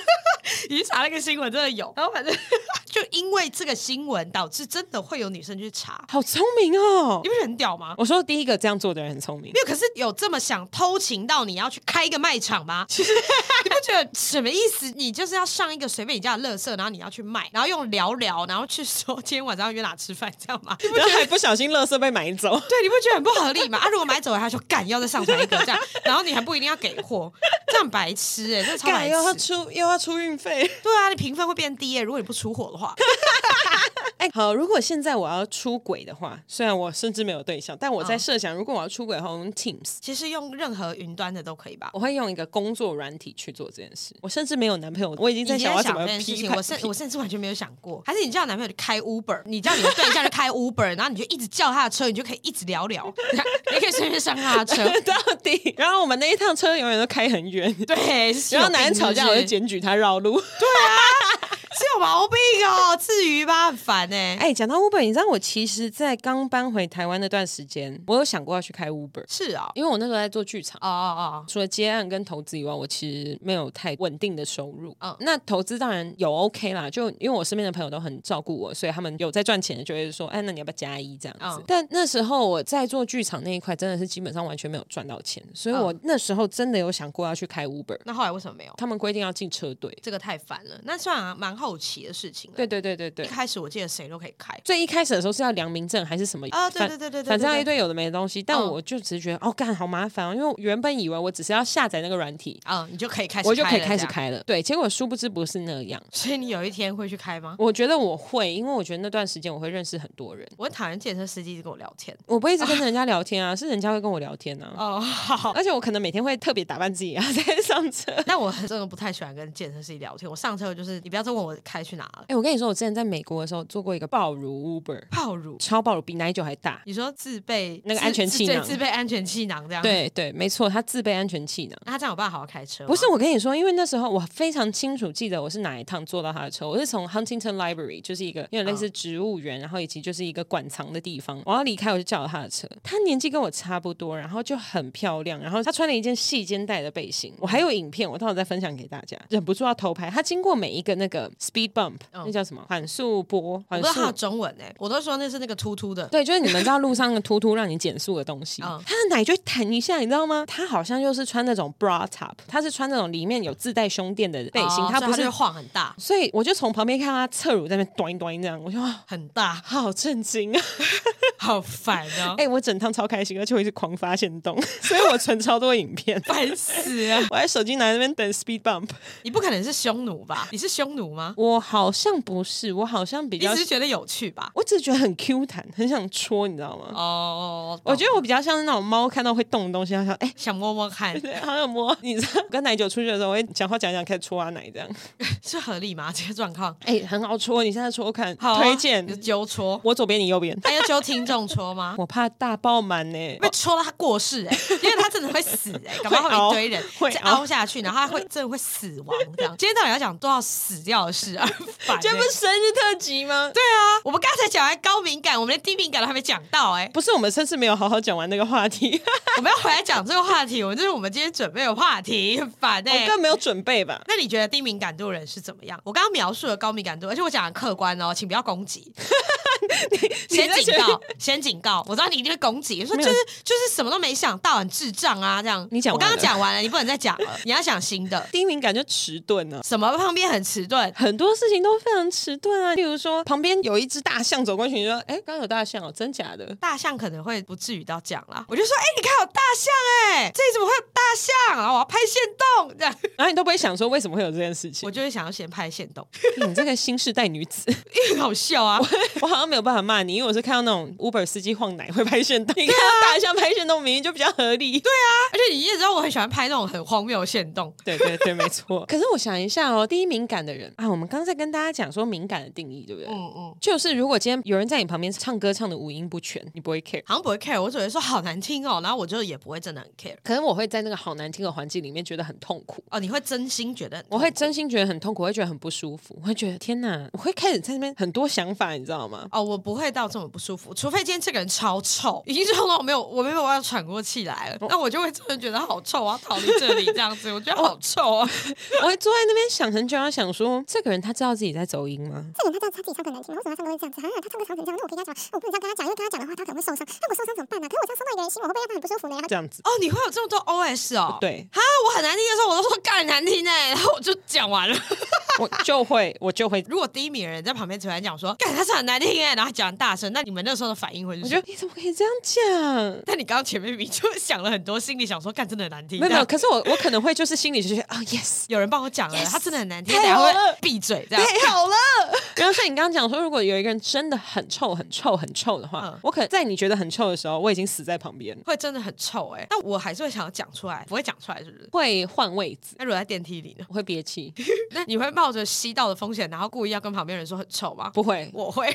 你去查那个新闻真的有，然后反正 [LAUGHS] 就因为这个新闻导致真的会有女生去查，
好聪明哦
你！不觉得很屌吗？
我说第一个这样做的人很聪明
没，有，可是有这么想偷情到你要去开一个卖场吗？ [LAUGHS] 你不觉得什么意思？你就是要上一个随便你家的乐色，然后你要去卖，然后用聊聊，然后去说今天晚上要约哪吃饭，这样吗？ [LAUGHS] 你不
然后还不小心垃圾被买走。
对，你不觉得很不合理吗？啊，如果买走了，他说干要再上传一个这 [LAUGHS] 样，然后你还不一定要给货，这样白痴哎、欸，真 [LAUGHS] 的超
干
白
又要
痴。
出又要出运费， [LAUGHS]
对啊，你评分会变低耶、如果你不出货的话。
哎、好，如果现在我要出轨的话，虽然我甚至没有对象，但我
嗯
在设想，如果我要出轨的话，我用 Teams，
其实用任何云端的都可以吧。
我会用一个工作软体去做这件事。我甚至没有男朋友，我已经
你今
在
天
想我
想
要怎么
这件事
批
情，
判。
我
[LAUGHS]
甚我甚至完全没有想过。还是你叫你男朋友去开 Uber，你叫你的对象去开 Uber，然后你就一直叫他的车，你就可以一直聊聊， [LAUGHS] 你可以顺便上他的车。
到底，然后我们那一趟车永远都开很远，
[LAUGHS] 对，是
然后
有
男人
病
吵架，
是
我就
不是
检举他绕路。
是有毛病哦，至于吧，很烦哎、
哎、讲到 Uber，你知道我其实，在刚搬回台湾那段时间，我有想过要去开 Uber，
是啊、
因为我那时候在做剧场。
哦，哦
除了接案跟投资以外，我其实没有太稳定的收入。
嗯
那投资当然有 OK 啦，就因为我身边的朋友都很照顾我，所以他们有在赚钱，就会说，哎，那你要不要加一这样子？
嗯
但那时候我在做剧场那一块，真的是基本上完全没有赚到钱，所以我
嗯
那时候真的有想过要去开 Uber。
那后来为什么没有？
他们规定要进车队，
这个太烦了，那算啊蛮好奇的事情了。
对对对对
一
对。
开始我记得谁都可以开，
最一开始的时候是要良民证还是什么
啊对
反
对对对对
反
对
正要
对
一堆有的没的东西。但
嗯
我就只是觉得，哦，干好麻烦哦，因为我原本以为我只是要下载那个软体，
嗯，你就可以开始，
我就可以开
这
始
样。
开了。对，结果殊不知不是那样。
所以你有一天会去开吗？
我觉得我会，因为我觉得那段时间我会认识很多人，
我很讨厌健身司机一直跟我聊天。
我不会一直跟着人家聊
[LAUGHS]
天啊，是人家会跟我聊天啊。
哦，好。 [LAUGHS]
而且我可能每天会特别打扮自己啊，在上车。
但我真的不太喜欢跟健身司机聊天。我上车就是你不要再问我开去哪了，
哎、我跟你说，我之前在美国的时候做过一个爆乳 Uber，
泡乳。
超爆乳，比奶酒还大。
你说自备
那个
自
安全气
自
囊
对自备安全气囊这样。，
对对，没错，他自备安全气囊。
那他这样有办法好好开车吗？
不是，我跟你说，因为那时候我非常清楚记得我是哪一趟坐到他的车，我是从 Huntington Library，就是一个有点类
嗯
似植物园，然后以及就是一个馆藏的地方。我要离开，我就叫了他的车。他年纪跟我差不多，然后就很漂亮，然后他穿了一件细肩带的背心。我还有影片，我到时候再分享给大家。忍不住要偷拍，他经过每一个那个 speed bump，、那叫什么缓速波，
嗯我
缓
不知道他
速
有。中文呢、我都说那是那个突突的。
对，就是你们知道路上的突突让你减速的东西，
嗯
他的奶就会弹一下，你知道吗？他好像就是穿那种 bra top，他是穿那种里面有自带胸垫的背心，
哦
他
所以
不
就是会。晃很大
所以我就从旁边看到他侧乳在那边端一端这样，我就哇
很大，
好震惊啊！
好烦哦、
哎、我整趟超开心，而且我一直狂发现动， [LAUGHS] 所以我存超多影片。
烦死了！ [LAUGHS]
我在手机拿那边等 speed bump，
你不可能是匈奴吧？你是匈奴吗？
我好像不是，我好像比
你
较
只，是觉得有趣吧？
我只是觉得很 Q 弹，很想戳，你知道吗？
哦，
我觉得我比较像是那种猫看到会动的东西，它想哎。
想摸摸看，
[LAUGHS] 对，好想摸。你知道，跟奶酒出去的时候，我会讲话讲一讲，开始戳他啊奶这样。
是合理吗？这个状况，
哎、很好戳，你现在戳看，
好啊
推荐
你。就揪戳，
我左边，你右边。
还要揪听众戳吗？
我怕大爆满呢、
被戳到他过世哎、
[LAUGHS]
因为他真的会死哎、搞不好会一堆人
会
再
凹
凹下去，然后他会真的会死亡这样。今天到底要讲多少死掉的事啊？很烦
[LAUGHS] 这
欸啊
不是生日特辑吗？对，
我们刚才讲完高敏感，我们连低敏感都还没讲到
[LAUGHS]
哎、
不是我们上次没有好好讲完那个话题， [LAUGHS]
我们要回来讲这个话题，我们这是我们今天准备的话题，很烦哎、
我更没有准备吧？
那你觉得低敏感度的人是怎么样？我刚刚描述了高敏感度，而且我讲的客观哦，请不要攻
[LAUGHS]
击。先警告，先警告，我知道你一定会攻击，说
没
就
有
是就是什么都没想到，很智障啊这样。
你讲
我
完
刚刚
了
讲完了，你不能再讲了，你要讲新
[LAUGHS]
的。
第一名感觉迟钝呢、啊。
什么旁边很迟钝，
很多事情都非常迟钝啊，例如说旁边有一只大象走过去，你就说：“哎、刚刚有大象哦，真假的
大象可能会不至于到讲啦。我就说，哎、你看有大象、哎，这里怎么会有大象？啊然后我要拍线动，这
[LAUGHS]
样？”
然后你都不会想说为什么会有这件事情
我。就会想要先拍线动，
你这个新时代女子，
因为好笑啊。
[LAUGHS] 我好像没有办法骂你，因为我是看到那种 Uber 司机晃奶会拍炫 [LAUGHS] 动，你看到大象拍炫动明明就比较合理。啊对
而且你也知道，我很喜欢拍那种很荒谬的线动。
对对对，没错。 [LAUGHS] 可是我想一下哦，第一敏感的人啊，我们刚才跟大家讲说敏感的定义，对不对？
嗯嗯。
就是如果今天有人在你旁边唱歌唱的五音不全，你不会 care。
好像不会 care，我只会说好难听哦，然后我就也不会真的很 care。
可能我会在那个好难听的环境里面觉得很痛苦，
哦，你会真心觉得很
我会
痛苦
真心觉得很痛苦，我会觉得很不舒服，我会觉得天哪，我会开始在那边很多想法，你知道 [LAUGHS] 吗？
哦，我不会到这么不舒服，除非今天这个人超臭，已经臭到我没有我没有办法喘过气来了，那我就会真的觉得好臭，我要逃离这里这样
[LAUGHS]
子，我觉得好臭啊。
我会坐在那边想很久，然后想说这个人他知道自己在走音吗？
这个人他知道他自己唱歌很难听，然后为什么他唱歌会这样子？啊，他唱歌吵成这样，那我可以跟他讲，哦我不能这样跟他讲，因为跟他讲的话他可能会受伤。那我受伤怎么办呢、可是我这样伤到一个人心，我会不会让他很不舒服呢？然后
这样子，
哦，你会有这么多 OS 哦？
对
哈，我很难听的时候，我都说干很难听哎，然后我就讲完了。 [LAUGHS]
我就会我就会
如果第一名的人在旁边突然讲说干他是很难听哎，然后讲很大声，那你们那时候的反应会是
我
什
觉
么？
得你怎么可以这样讲？
但你刚刚前面你就想了很多，心里想说干真的很难听，
没有没
这
有，
样
可是我我可能会就是心里就觉得啊、yes。
有人帮我讲了，他真的很难听，
太
然
好
后
了
会闭嘴这样。
太好了！ [LAUGHS] 然后所以你刚刚讲说，如果有一个人真的很臭、很臭、很臭的话，
嗯
我可能在你觉得很臭的时候，我已经死在旁边了，
[LAUGHS] 会真的很臭哎、欸，但我还是会想要讲出来，不会讲出来是不是？
会换位子，
那如果在电梯里呢？
我会憋气，
那你会冒着吸到的风险，然后故意要跟旁边人说很臭吗？
不
[LAUGHS]
会。
我会。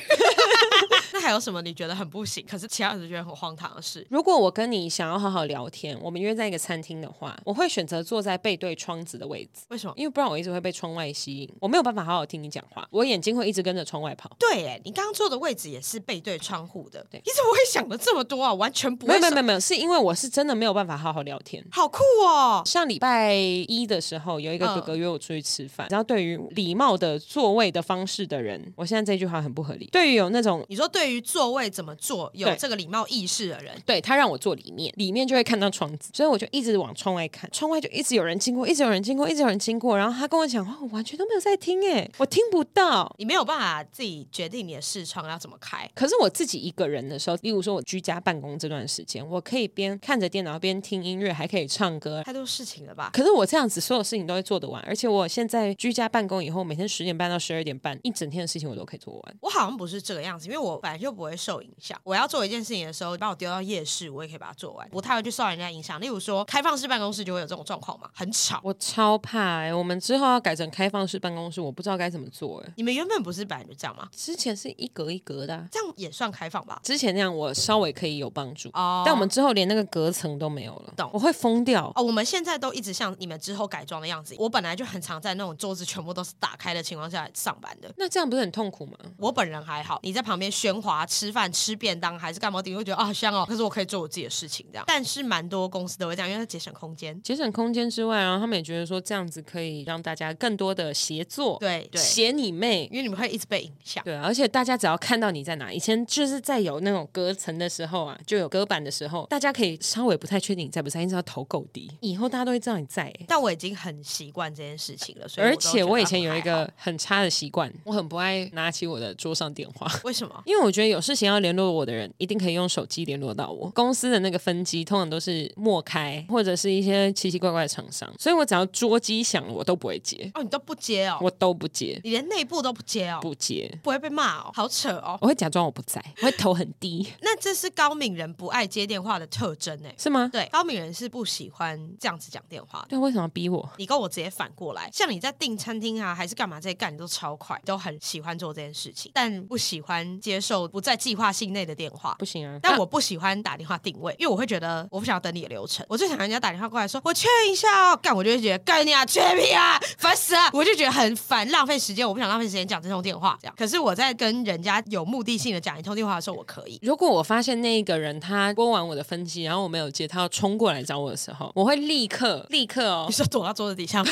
那还有什么你觉得很不行，可是其他人觉得很荒唐的事？
如果我跟你想要好好聊天，我们约在一个餐厅的话，我会选择坐在背对窗子的位置，
为什么？
因为不然我一直会被窗外吸引，我没有办法好好听你讲话，我眼睛会一直跟着窗外跑。
对，哎，你刚刚坐的位置也是背对窗户的，
对
你怎么会想的这么多啊？完全不
没
会
有
想，
没有没有没有，是因为我是真的没有办法好好聊天。
好酷哦！
上礼拜一的时候，有一个哥哥约我出去吃饭。然后对于礼貌的座位的方式的人，我现在这句话很不合理。对于有那种
你说对于座位怎么坐有
对
这个礼貌意识的人，
对他让我坐里面，里面就会看到窗子，所以我就一直往窗外看，窗外就一直有人经过，一直有人经过，一直有人经过。然后他跟我讲话，我完全都没有在听，哎，我听不到。
你没有办法自己决定你的视窗要怎么开。
可是我自己一个人的时候，例如说我居家办公这段时间，我可以边看着电脑边听音乐，还可以唱歌，
太多事情了吧？
可是我这样子所有事情都会做得完，而且我现在居家办公以后，每天十点半到十二点半，一整天的事情我都可以做完。
我好像不是这个样子，因为我本来就不会受影响。我要做一件事情的时候，把我丢到夜市，我也可以把它做完，不太会去受人家影响。例如说，开放式办公室就会有这种状况嘛，很吵。
我超怕、欸，我们之后要改成开放式办公室，我不知道该怎么做、欸。
你们原本不是本来就这样吗？
之前是一格一格的啊、
这样也算开放吧？
之前那样我稍微可以有帮助，
哦
但我们之后连那个隔层都没有了，
懂
我会疯掉。
哦，我们现在都一直像你们之后改装的样子。我本来就很常在那种桌子全部都是打开的情况下上班的。
那这样不是很痛苦吗？
我本人还好，你在旁边喧哗、吃饭、吃便当还是干嘛，顶多觉得啊香哦，可是我可以做我自己的事情这样。但是蛮多公司都会这样，因为它节省空间。
节省空间之外，然后他们也觉得说这样子可以让大家更多的协作，
对对，
协你妹，
因为你们会一直被影响。
对，而且大家只要看到你在哪，以前就是在有那种隔层的时候啊，就有隔板的时候，大家可以稍微不太确定你在不在，你只要头够低，以后大家都会知道你在、欸。
但我已经很习惯这件事情了，所以
而
都觉
且
得
我以前有一
还
个
好
很差的习惯，我很不爱拿起我的桌上电话。 [LAUGHS]
为什么？
因为我觉得有事情要联络我的人，一定可以用手机联络到我。公司的那个分机通常都是陌开或者是一些奇奇怪怪的厂商，所以我只要桌机响了，我都不会接，
哦，你都不接哦，
我都不接，
你连内部都不接哦，
不接，
不会被骂哦，好扯哦。
我会假装我不在，我会头很低，
那这是高敏人不爱接电话的特征哎，
是吗？
对，高敏人是不喜欢这样子讲电话的。
对，为什么要逼我？
你跟我直接反过来，像你在订餐厅啊，还是干嘛这些干，你都超快，都很喜欢做这件事情，但不喜欢接受不在计划性内的电话
不。 [LAUGHS] 行啊。
但我不喜欢打电话定位，因为我会觉得我不想要等你的流程。我最想人家打电话过来说：“我确认一下哦。”干，我就会觉得干你啊，确认啊，烦死了！我就觉得很烦，浪费时间，我不想浪费时间讲这通电话。这样，可是我在跟人家有目的性的讲一通电话的时候，我可以。
如果我发现那一个人他播完我的分析，然后我没有接，他要冲过来找我的时候，我会立刻立刻哦
你，说躲到桌子底下吗，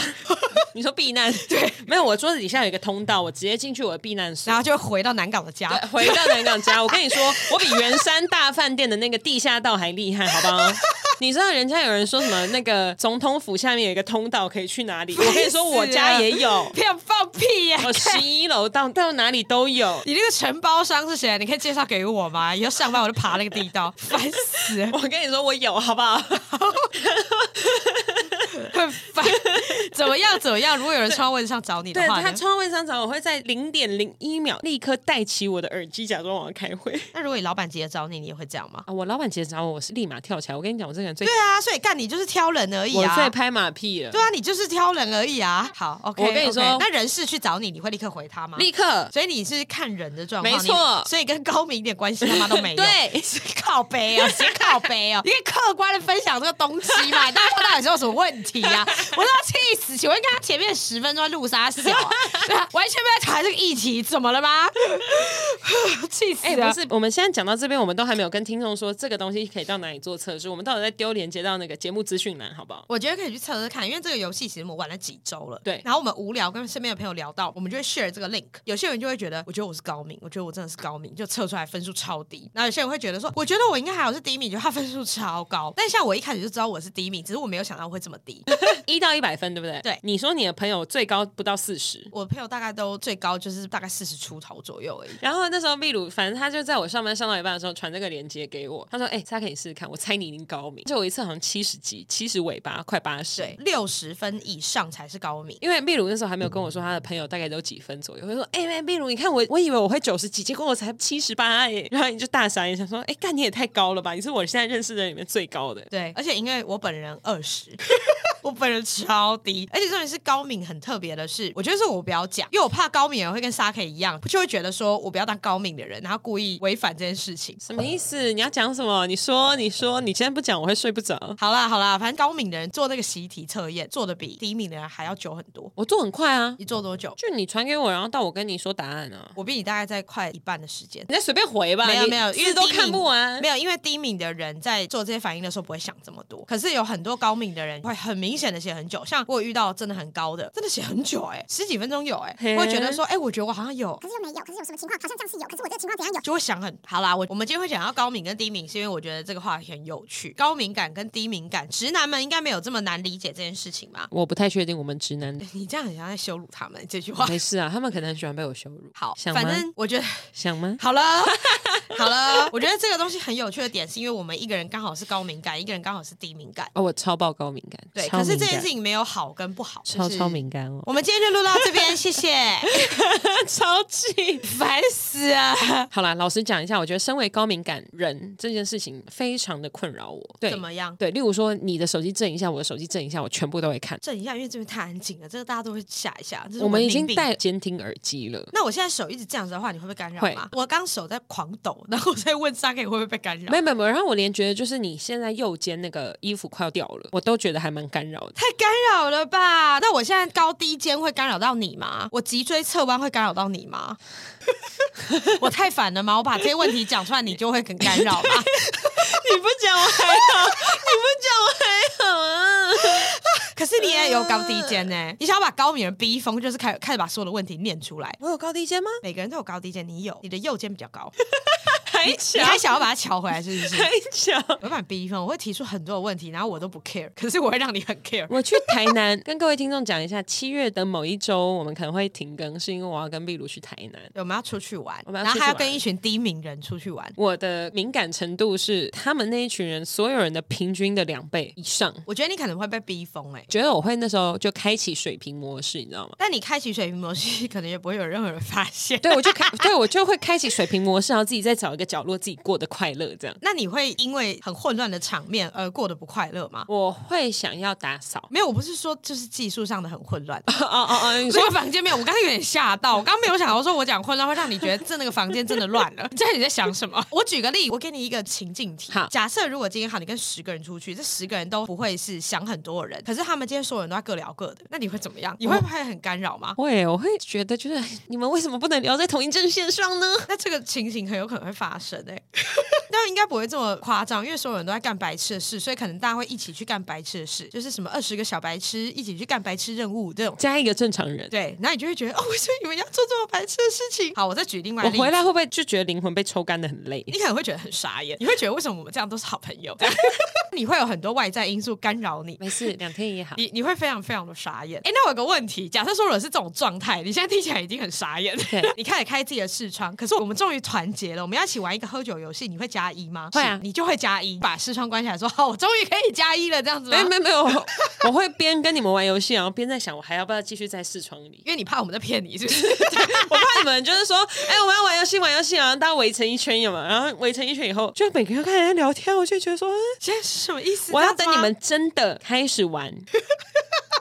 你说避难 [LAUGHS] 对，没有，我桌子底下有一个通道，我直接进去我的避难所
然。后就会回到南港的家
对。回到南港家，我跟你说，我比圆山大饭店的那个地下道还厉害，好不 [LAUGHS] 好？你知道人家有人说什么？那个总统府下面有一个通道可以去哪里？我跟你说，我家也有，
骗放屁呀、
我十一楼到到哪里都有。
你那个承包商是谁啊？你可以介绍给我吗？以后上班我就爬那个地道，烦死了，
我跟你说，我有，好不好？
很烦。 [LAUGHS] 怎么样？怎么样？如果有人穿到位置上找你的
对
话
他
呢，
穿问商场，我会在零点零一秒立刻戴起我的耳机，假装我要开会
那如果你老板直接找你，你也会这样吗？
啊！我老板直接找我，我是立马跳起来。我跟你讲，我这个人最、
对啊，所以干你就是挑人而已
我
啊。
最拍马屁了，
对啊，你就是挑人而已啊。好，OK，
我跟你
OK
说
那人事去找你，你会立刻回他吗？
啊立刻
所以你是看人的状况，
没错
你所以跟高明一点关系他妈都没有。
对
是靠背
[LAUGHS]
哦，是靠背哦，你可以客观的分享这个东西嘛？大家说到底是有什么问题
[LAUGHS]
啊？我都要气死！请问刚刚前面十分钟在录啥小啊？对啊，完全没有谈这个议题，怎么了吗？ [LAUGHS] 气死啊
哎、
了！
不是，我们现在讲到这边，我们都还没有跟听众说这个东西可以到哪里做测试，我们到底在丢连接到那个节目资讯栏，好不 [LAUGHS] 好？
我觉得可以去测试看，因为这个游戏其实我们玩了几周了。
对
然后我们无聊跟身边的朋友聊到，我们就会 share 这个 link。有些人就会觉得，我觉得我是高明，我觉得我真的是高明，就测出来分数超低。然后有些人会觉得说，我觉得我应该还好是第一名，就他分数超高。但像我一开始就知道我是第一名，只是我没有想到会这么低。
一到一百分，对不对？
对
你说你的朋友最高不到四十。
我朋友大概都最高就是大概四十出头左右而已。
然后那时候秘鲁，反正他就在我上班上到一半的时候传这个链接给我，他说：“哎、他可以试试看，我猜你一定高明。”就我一次好像七十几，七十尾巴，快八十。
对，六十分以上才是高明。
因为秘鲁那时候还没有跟我说他的朋友大概都几分左右，他说：“哎、欸，秘鲁，你看我，我以为我会九十几，结果我才七十八哎。”然后你就大傻眼，想说：“哎、干你也太高了吧？你是我现在认识的人里面最高的。”
对，而且因为我本人二十。我本人超低，而且重点是高敏很特别的是，我觉得是我不要讲，因为我怕高敏的人会跟沙 K 一样，就会觉得说我不要当高敏的人，然后故意违反这件事情。
什么意思？你要讲什么？你说，你说，你今天不讲我会睡不着。
好啦好啦，反正高敏的人做那个习题测验做的比低敏的人还要久很多。
我做很快啊，
你做多久？
就你传给我，然后到我跟你说答案啊。
我比你大概在快一半的时间。
你再随便回吧，
没有
你
没有，因为
字都
低敏
看不完
没。有，因为低敏的人在做这些反应的时候不会想这么多，可是有很多高敏的人会很明显的写很久，像我有遇到真的很高的，真的写很久哎、十几分钟有哎、
嘿
我会觉得说哎、我觉得我好像有
可。是又没有，可是有什么情况？好像这样是有，可是我这个情况怎样有？
就会想很好啦，我我们今天会讲到高敏跟低敏，是因为我觉得这个话题很有趣。高敏感跟低敏感，直男们应该没有这么难理解这件事情吧？ [LAUGHS]
我不太确定我们直男
你这样很像在羞辱他们这句话。
没事啊，他们可能很喜欢被我羞辱。
好，
想
反
吗
正我觉得
想吗？
好了，好了，我觉得这个东西很有趣的点，是因为我们一个人刚好是高敏感，一个人刚好是低敏感。
哦，我超爆高敏感，
对，
超
可是
敏
这
感
件事情没有好跟不好，
超
就是
超。敏感哦，
我们今天就录到这边，谢谢，
[LAUGHS] 超 [LAUGHS] 气。
烦死 [LAUGHS] 啊！
好啦，老实讲一下，我觉得身为高敏感人这件事情非常的困扰我。对
怎，么样？
对，例如说你的手机震一下，我的手机震一下，我全部都会看。
整一下，因为这边太安静了，这个大家都会吓一吓。这是
我们
文
已
明
经
病
戴监听耳机了。
那我现在手一直这样子的话，你会被干扰
会
吗？我刚手在狂抖，然后我在问沙克会不会被干扰
没？有没有没有，然后我连觉得就是你现在右肩那个衣服快要掉了，我都觉得还蛮干 [LAUGHS] 扰的。
太干扰了吧？那我现在高低肩会干扰到你吗？我脊椎侧弯会干扰到你吗？ [LAUGHS] 我太烦了吗？我把这些问题讲出来，你就会很干扰吗？
[LAUGHS] 你不讲我还好，你不讲我还好啊。
可是你也有高低肩呢、你想要把高敏人逼疯，就是开开始把所有的问题念出来。
我有高低肩吗？
每个人都有高低肩，你有，你的右肩比较
[LAUGHS]
高，
还
你
巧
还想要把它瞧回来，是不是？
还巧。
我会把你逼疯，我会提出很多的问题，然后我都不 care，可是我会让你很 care。
我去台南，跟各位听众讲一下，七月的某一周我们可能会停更，是因为我要跟秘鲁去台南。
我们要出去玩，
我们要
然后
出去
还要
玩
跟一群低敏人出去玩。
我的敏感程度是他们那一群人所有人的平均的两倍以上，
我觉得你可能会被逼疯哎、欸
觉得我会那时候就开启水平模式，你知道吗？
但你开 [LAUGHS] 启水平模式，可能也不会有任何人发现。
[LAUGHS] 对，我就开，对我就会开启水平模式，然后自己再找一个角落自己过得快乐这样。
[LAUGHS] 那你会因为很混乱的场面而过得不快乐吗？
我会想要打扫
没有，我不是说就是技术上的很混乱。
哦哦哦，
[LAUGHS]
你
你
说
说房间没有，我刚刚有点吓到，我刚刚没有想到说我讲混乱会让你觉得这那个房间真的乱 [LAUGHS] 了。你知道你在想什么？我举个例，我给你一个情境题。
好
假设如果今天好，你跟十个人出去，这十个人都不会是想很多人，可是他们今天所有人都在各聊各的，那你会怎么样？你会不会很干扰吗？
会，我会觉得就是你们为什么不能聊在同一阵线上呢？
那这个情形很有可能会发生哎、 [LAUGHS] 但应该不会这么夸张，因为所有人都在干白痴的事，所以可能大家会一起去干白痴的事，就是什么二十个小白痴一起去干白痴任务这种。
加一个正常人，
对，然后你就会觉得哦，为什么你们要做这么白痴的事情？好，我再举另外一个
我
例子
回来会不会就觉得灵魂被抽干的很累？
你可能会觉得很傻眼，你会觉得为什么我们这样都是好朋友？ [LAUGHS] 你会有很多外在因素干扰你。
没事，两天也好。
你你会非常非常的傻眼。哎、那我有个问题，假设说我是这种状态，你现在听起来已经很傻眼
对，
[LAUGHS] 你开始开自己的视窗，可是我们终于团结了，我们要一起玩一个喝酒游戏，你会加一吗？
会啊
是你就会加一，把视窗关起来说，好，我终于可以加一了，这样子吗
没？没没有，我 [LAUGHS] 我会边跟你们玩游戏，然后边在想我还要不要继续在视窗里。
因为你怕我们在骗你，是
[LAUGHS]
不是？
我怕你们就是说，哎、我们要玩游戏，玩游戏，然后大家围成一圈，有吗？然后围成一圈以后，就每个人开始在聊天，我就觉
[LAUGHS]
得说，嗯
现在是什么意思？
我要
这
等
样
你
子吗
们真的开始玩。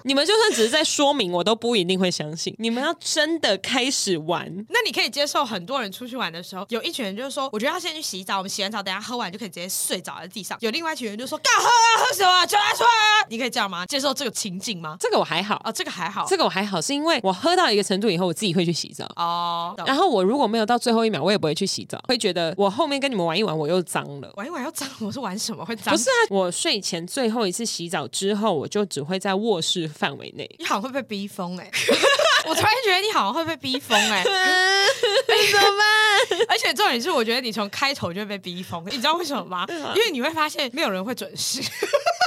你们就算只是在说明，我都不一定会相信。你们要真的开始玩，
那你可以接受很多人出去玩的时候，有一群人就是说，我觉得要先去洗澡，我们洗完澡，等一下喝完就可以直接睡着在地上。有另外一群人就说，干喝啊，喝什么？出来出来啊！你可以这样吗？接受这个情境吗？
这个我还好，
哦，这个还好，
这个我还好，是因为我喝到一个程度以后，我自己会去洗澡。
哦，懂
然后我如果没有到最后一秒，我也不会去洗澡，会觉得我后面跟你们玩一玩，我又脏了。
玩一玩要脏，我是玩什么会脏？
不是，啊，我睡前最后一次洗澡之后，我就只会在卧室范围
[LAUGHS]
内。
你好像会被逼疯哎、 [LAUGHS] 我突然觉得你好像会被逼疯哎、
怎么
[LAUGHS]
办？
而且重点是，我觉得你从开头就被逼疯，你知道为什么
[LAUGHS]
吗？
啊
因为你会发现没有人会准时。 [LAUGHS]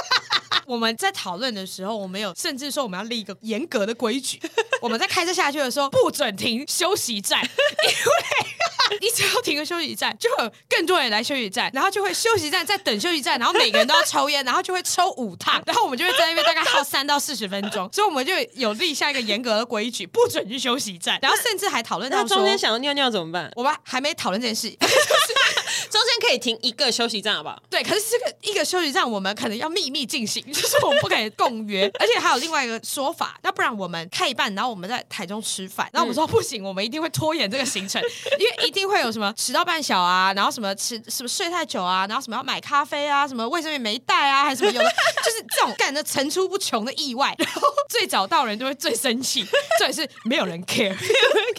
我们在讨论的时候，我们有甚至说我们要立一个严格的规
[LAUGHS]
矩，我们在开车下去的时候不准停休息站， [LAUGHS] 因为你只要停个休息站，就会有更多人来休息站，然后就会休息站再等休息站，然后每个人都要抽
[LAUGHS]
烟，然后就会抽五趟，然后我们就会在那边大概耗三到四十分钟，所以我们就有立下一个严格的规矩，不准去休息站，然后甚至还讨论到
那中间
说。
想要尿尿怎么办？
我们还没讨论这件事， [LAUGHS]
中间可以停一个休息站，好不好？
对，可是这个一个休息站，我们可能要秘密进行， [LAUGHS] 就是我们不可以共约， [LAUGHS] 而且还有另外一个说法，那不然我们开一半，然后我们在台中吃饭，然后我们说不行，我们一定会拖延这个行程， [LAUGHS] 因为一定会有什么迟到半小啊，然后什么迟什么睡太久啊，然后什么要买咖啡啊，什么卫生棉没带啊，还是什么有的， [LAUGHS] 就是这种干的层出不穷的意外，然后最早到的人就会最生气， [LAUGHS] 这也是没有人 care，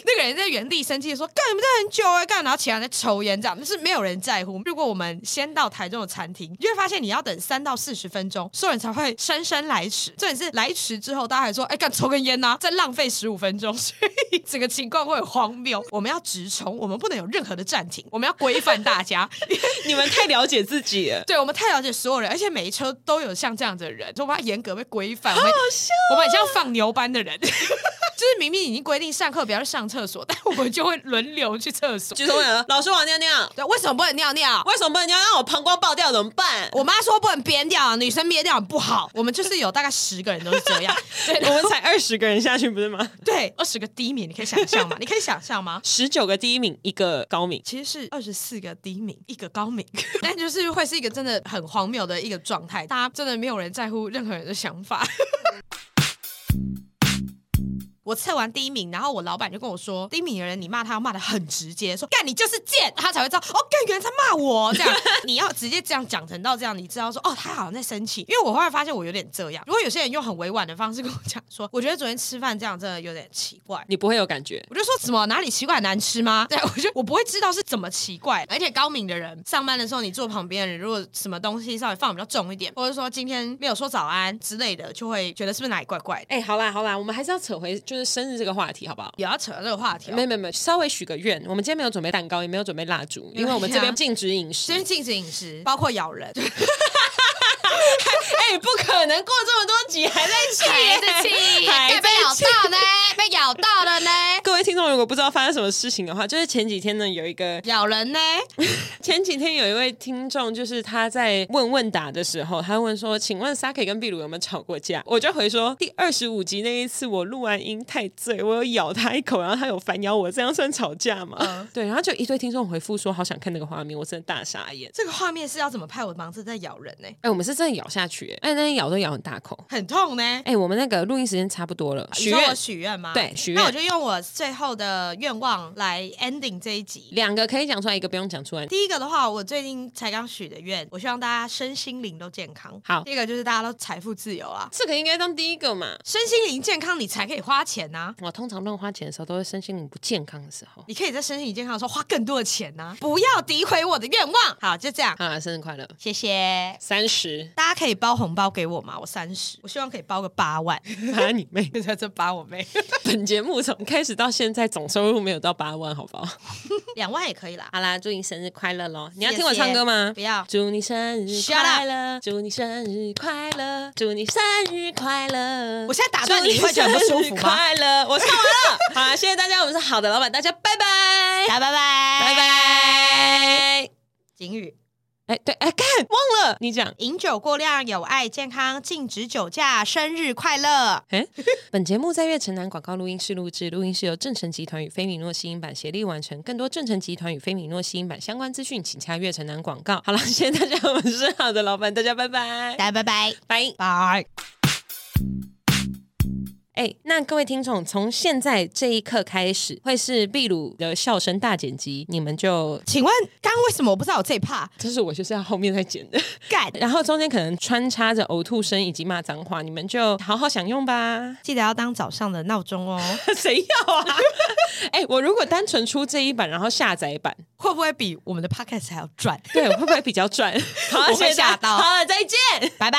那 [LAUGHS] 个人在原地生气地说干你们这很久哎、干，然后其他人在抽烟这样，就是没有人在乎。如果我们先到台中的餐厅，你就会发现你要等三到四十分钟，所有人才会姗姗来迟。 [LAUGHS] 重点是来迟之后，大家还说哎干抽根烟呐、再浪费十五分 [LAUGHS] 钟，所以整个情况会很荒谬。我们要直冲，我们不能有任何的暂停，我们要规范大家。
[LAUGHS] 你们太了解自己了。
对我们太了解所有人，而且每一车都有像这样子的人，所以我们要严格被规范。好好笑、哦我们很像放牛班的人， [LAUGHS] 就是明明已经规定上课不要去上厕所，但我们就会轮流去厕所。
就是我想说，老师我要尿尿，
对，为什么不能尿尿？
为什么不能尿？让我膀胱爆掉怎么办？
我妈说不能憋尿，女生憋尿很不好。我们就是有大概十个人都是这样，对，
[LAUGHS] 我们才二十个人下去，不是吗？
对二十个第一名，你可以想象吗？你可以想象吗？
十九个第一名，一个高名。
其实是二十四个第一名，一个高名， [LAUGHS] 但就是会是一个真的很荒谬的一个状态，大家真的没有人在乎任何人的想法。 [LAUGHS] 我测完第一名，然后我老板就跟我说，第一名的人你骂他要骂的很直接，说干你就是贱，他才会知道哦，干原来他骂我这样， [LAUGHS] 你要直接这样讲成到这样，你知道说哦，他好像在生气，因为我后来发现我有点这样，如果有些人用很委婉的方式跟我讲说，我觉得昨天吃饭这样真的有点奇怪，
你不会有感觉，
我就说什么哪里奇怪难吃吗？ [LAUGHS] 对，我就我不会知道是怎么奇怪。而且高敏的人上班的时候，你坐旁边的人如果什么东西稍微放比较重一点，或者说今天没有说早安之类的，就会觉得是不是哪里怪怪的。
哎、好啦好啦，我们还是要扯回就是生日这个话题，好不好？
也要扯到这个话题、
没
哦，
有没有没有，稍微许个愿。我们今天没有准备蛋糕，哎也没有准备蜡烛，因为我们这边禁止饮食
[LAUGHS] 先。禁止饮食，包括咬人。
[LAUGHS] 哎、不可能过这么多集还在
[LAUGHS]
气
哎
孩子气，
还
被
在
被咬
气
到呢，被咬到了呢，
[LAUGHS] 各位听众，如果不知道发生什么事情的话，就是前几天呢，有一个
咬人呢，
前几天有一位听众，就是他在问问答的时候，他问说：“请问 Saki 跟秘鲁有没有吵过架？”我就回说：“第二十五集那一次，我录完音太醉，我有咬他一口，然后他有反咬我，这样算吵架吗？” [LAUGHS] 对，然后就一堆听众回复说：“好想看那个画面，我真的大傻眼。”
这个画面是要怎么拍？我忙着在咬人呢、
哎、我们是真的咬下去、哎，那天咬都咬很大口。
很痛呢、
哎、我们那个录音时间差不多了，
你
许
说
愿
我许愿吗？
对许愿
那我就用我最后的愿望来 ending 这一集。
两个可以讲出来，一个不用讲出来。
第一个的话，我最近才刚许的愿，我希望大家身心灵都健康。
好
第一个就是大家都财富自由啊，
这个应该当第一个嘛。
身心灵健康，你才可以花钱呐、
我通常乱花钱的时候，都是身心灵不健康的时候。
你可以在身心灵健康的时候花更多的钱呐、不要诋毁我的愿望。好，就这样，
啊，生日快乐！
谢谢。
三十
大家可以包红包给我吗？我三十，我希望可以包个八 [LAUGHS] 万。
八你妹！
在这八我妹，
[LAUGHS] 本节目从开始到现在总收入没有到八万，好不好？
两万也可以啦。
[LAUGHS] 好啦，祝你生日快乐喽！你
你
要听我唱歌吗
不？要。
祝你生日
Shut
快乐！祝你生日快乐！祝你生日快乐！
我现在打断你
祝
会觉得不舒服
生日
吗
快乐！我唱完 [LAUGHS] 了。好啦，谢谢大家，我们是好的老板，大家拜拜，
来，拜拜，
拜。拜。
景哎宇，
哎，对，哎，干忘了，你讲。
饮酒过量有害健康，禁止酒驾，生日快乐！
哎， [LAUGHS] 本节目在月城南广告录音室录制，录音室由正成集团与菲米诺吸音版协力完成。更多正成集团与菲米诺吸音版相关资讯，请洽月城南广告。好了， [LAUGHS] 谢谢大家，我们是好的老板，大家拜拜，
大家拜拜，
拜。
拜。
哎，那各位听众，从现在这一刻开始，会是秘鲁的笑声大剪辑，你们就
请问刚刚为什么我不知道我这一趴？
这是我就是要后面再剪的，
干，
[LAUGHS] 然后中间可能穿插着呕吐声以及骂脏话，你们就好好享用吧。 [LAUGHS]
记得要当早上的闹钟哦。 [LAUGHS]
谁要啊？ [LAUGHS] 哎、我如果单纯出这一版，然后下载版，
会不会比我们的 podcast 还要赚？
对，会不会比较赚？好
[LAUGHS] 我会
谢谢大
吓到
好，再见。
拜 [LAUGHS] 拜。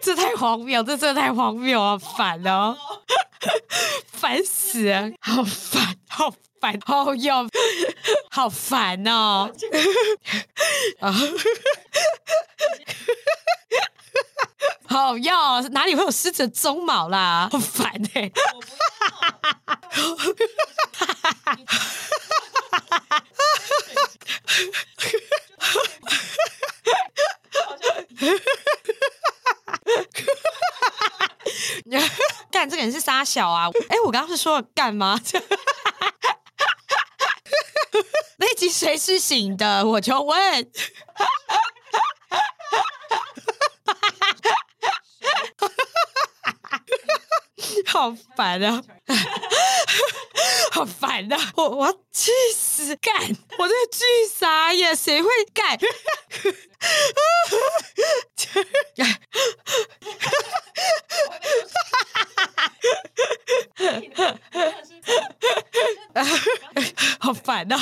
这太荒谬，这真的太荒谬啊！烦哦， [LAUGHS] 烦死了，好烦，好烦，好哟，好烦哦！ [LAUGHS] 啊， [LAUGHS] 好哟，哪里会有狮子的鬃毛啦？好烦哎、欸！干这个人是沙小啊！哎、我刚刚是说了干吗？那集谁是醒的？我就问。好烦啊！好烦啊！我我要气死！干！我这个巨傻眼，谁会干？好烦啊！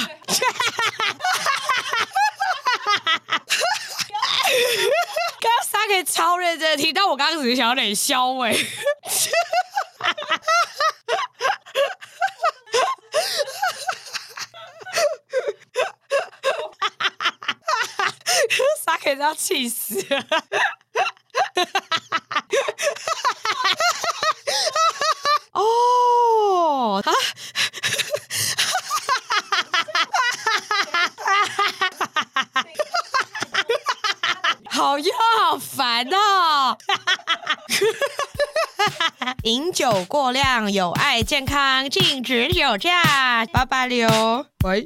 刚刚沙可以超认真地听，但我刚刚只是想要点消 [LAUGHS] 委。沙可以要气死了。哦，啊！好又好烦哦！饮酒过量有害健康，禁止酒驾，八八六。喂。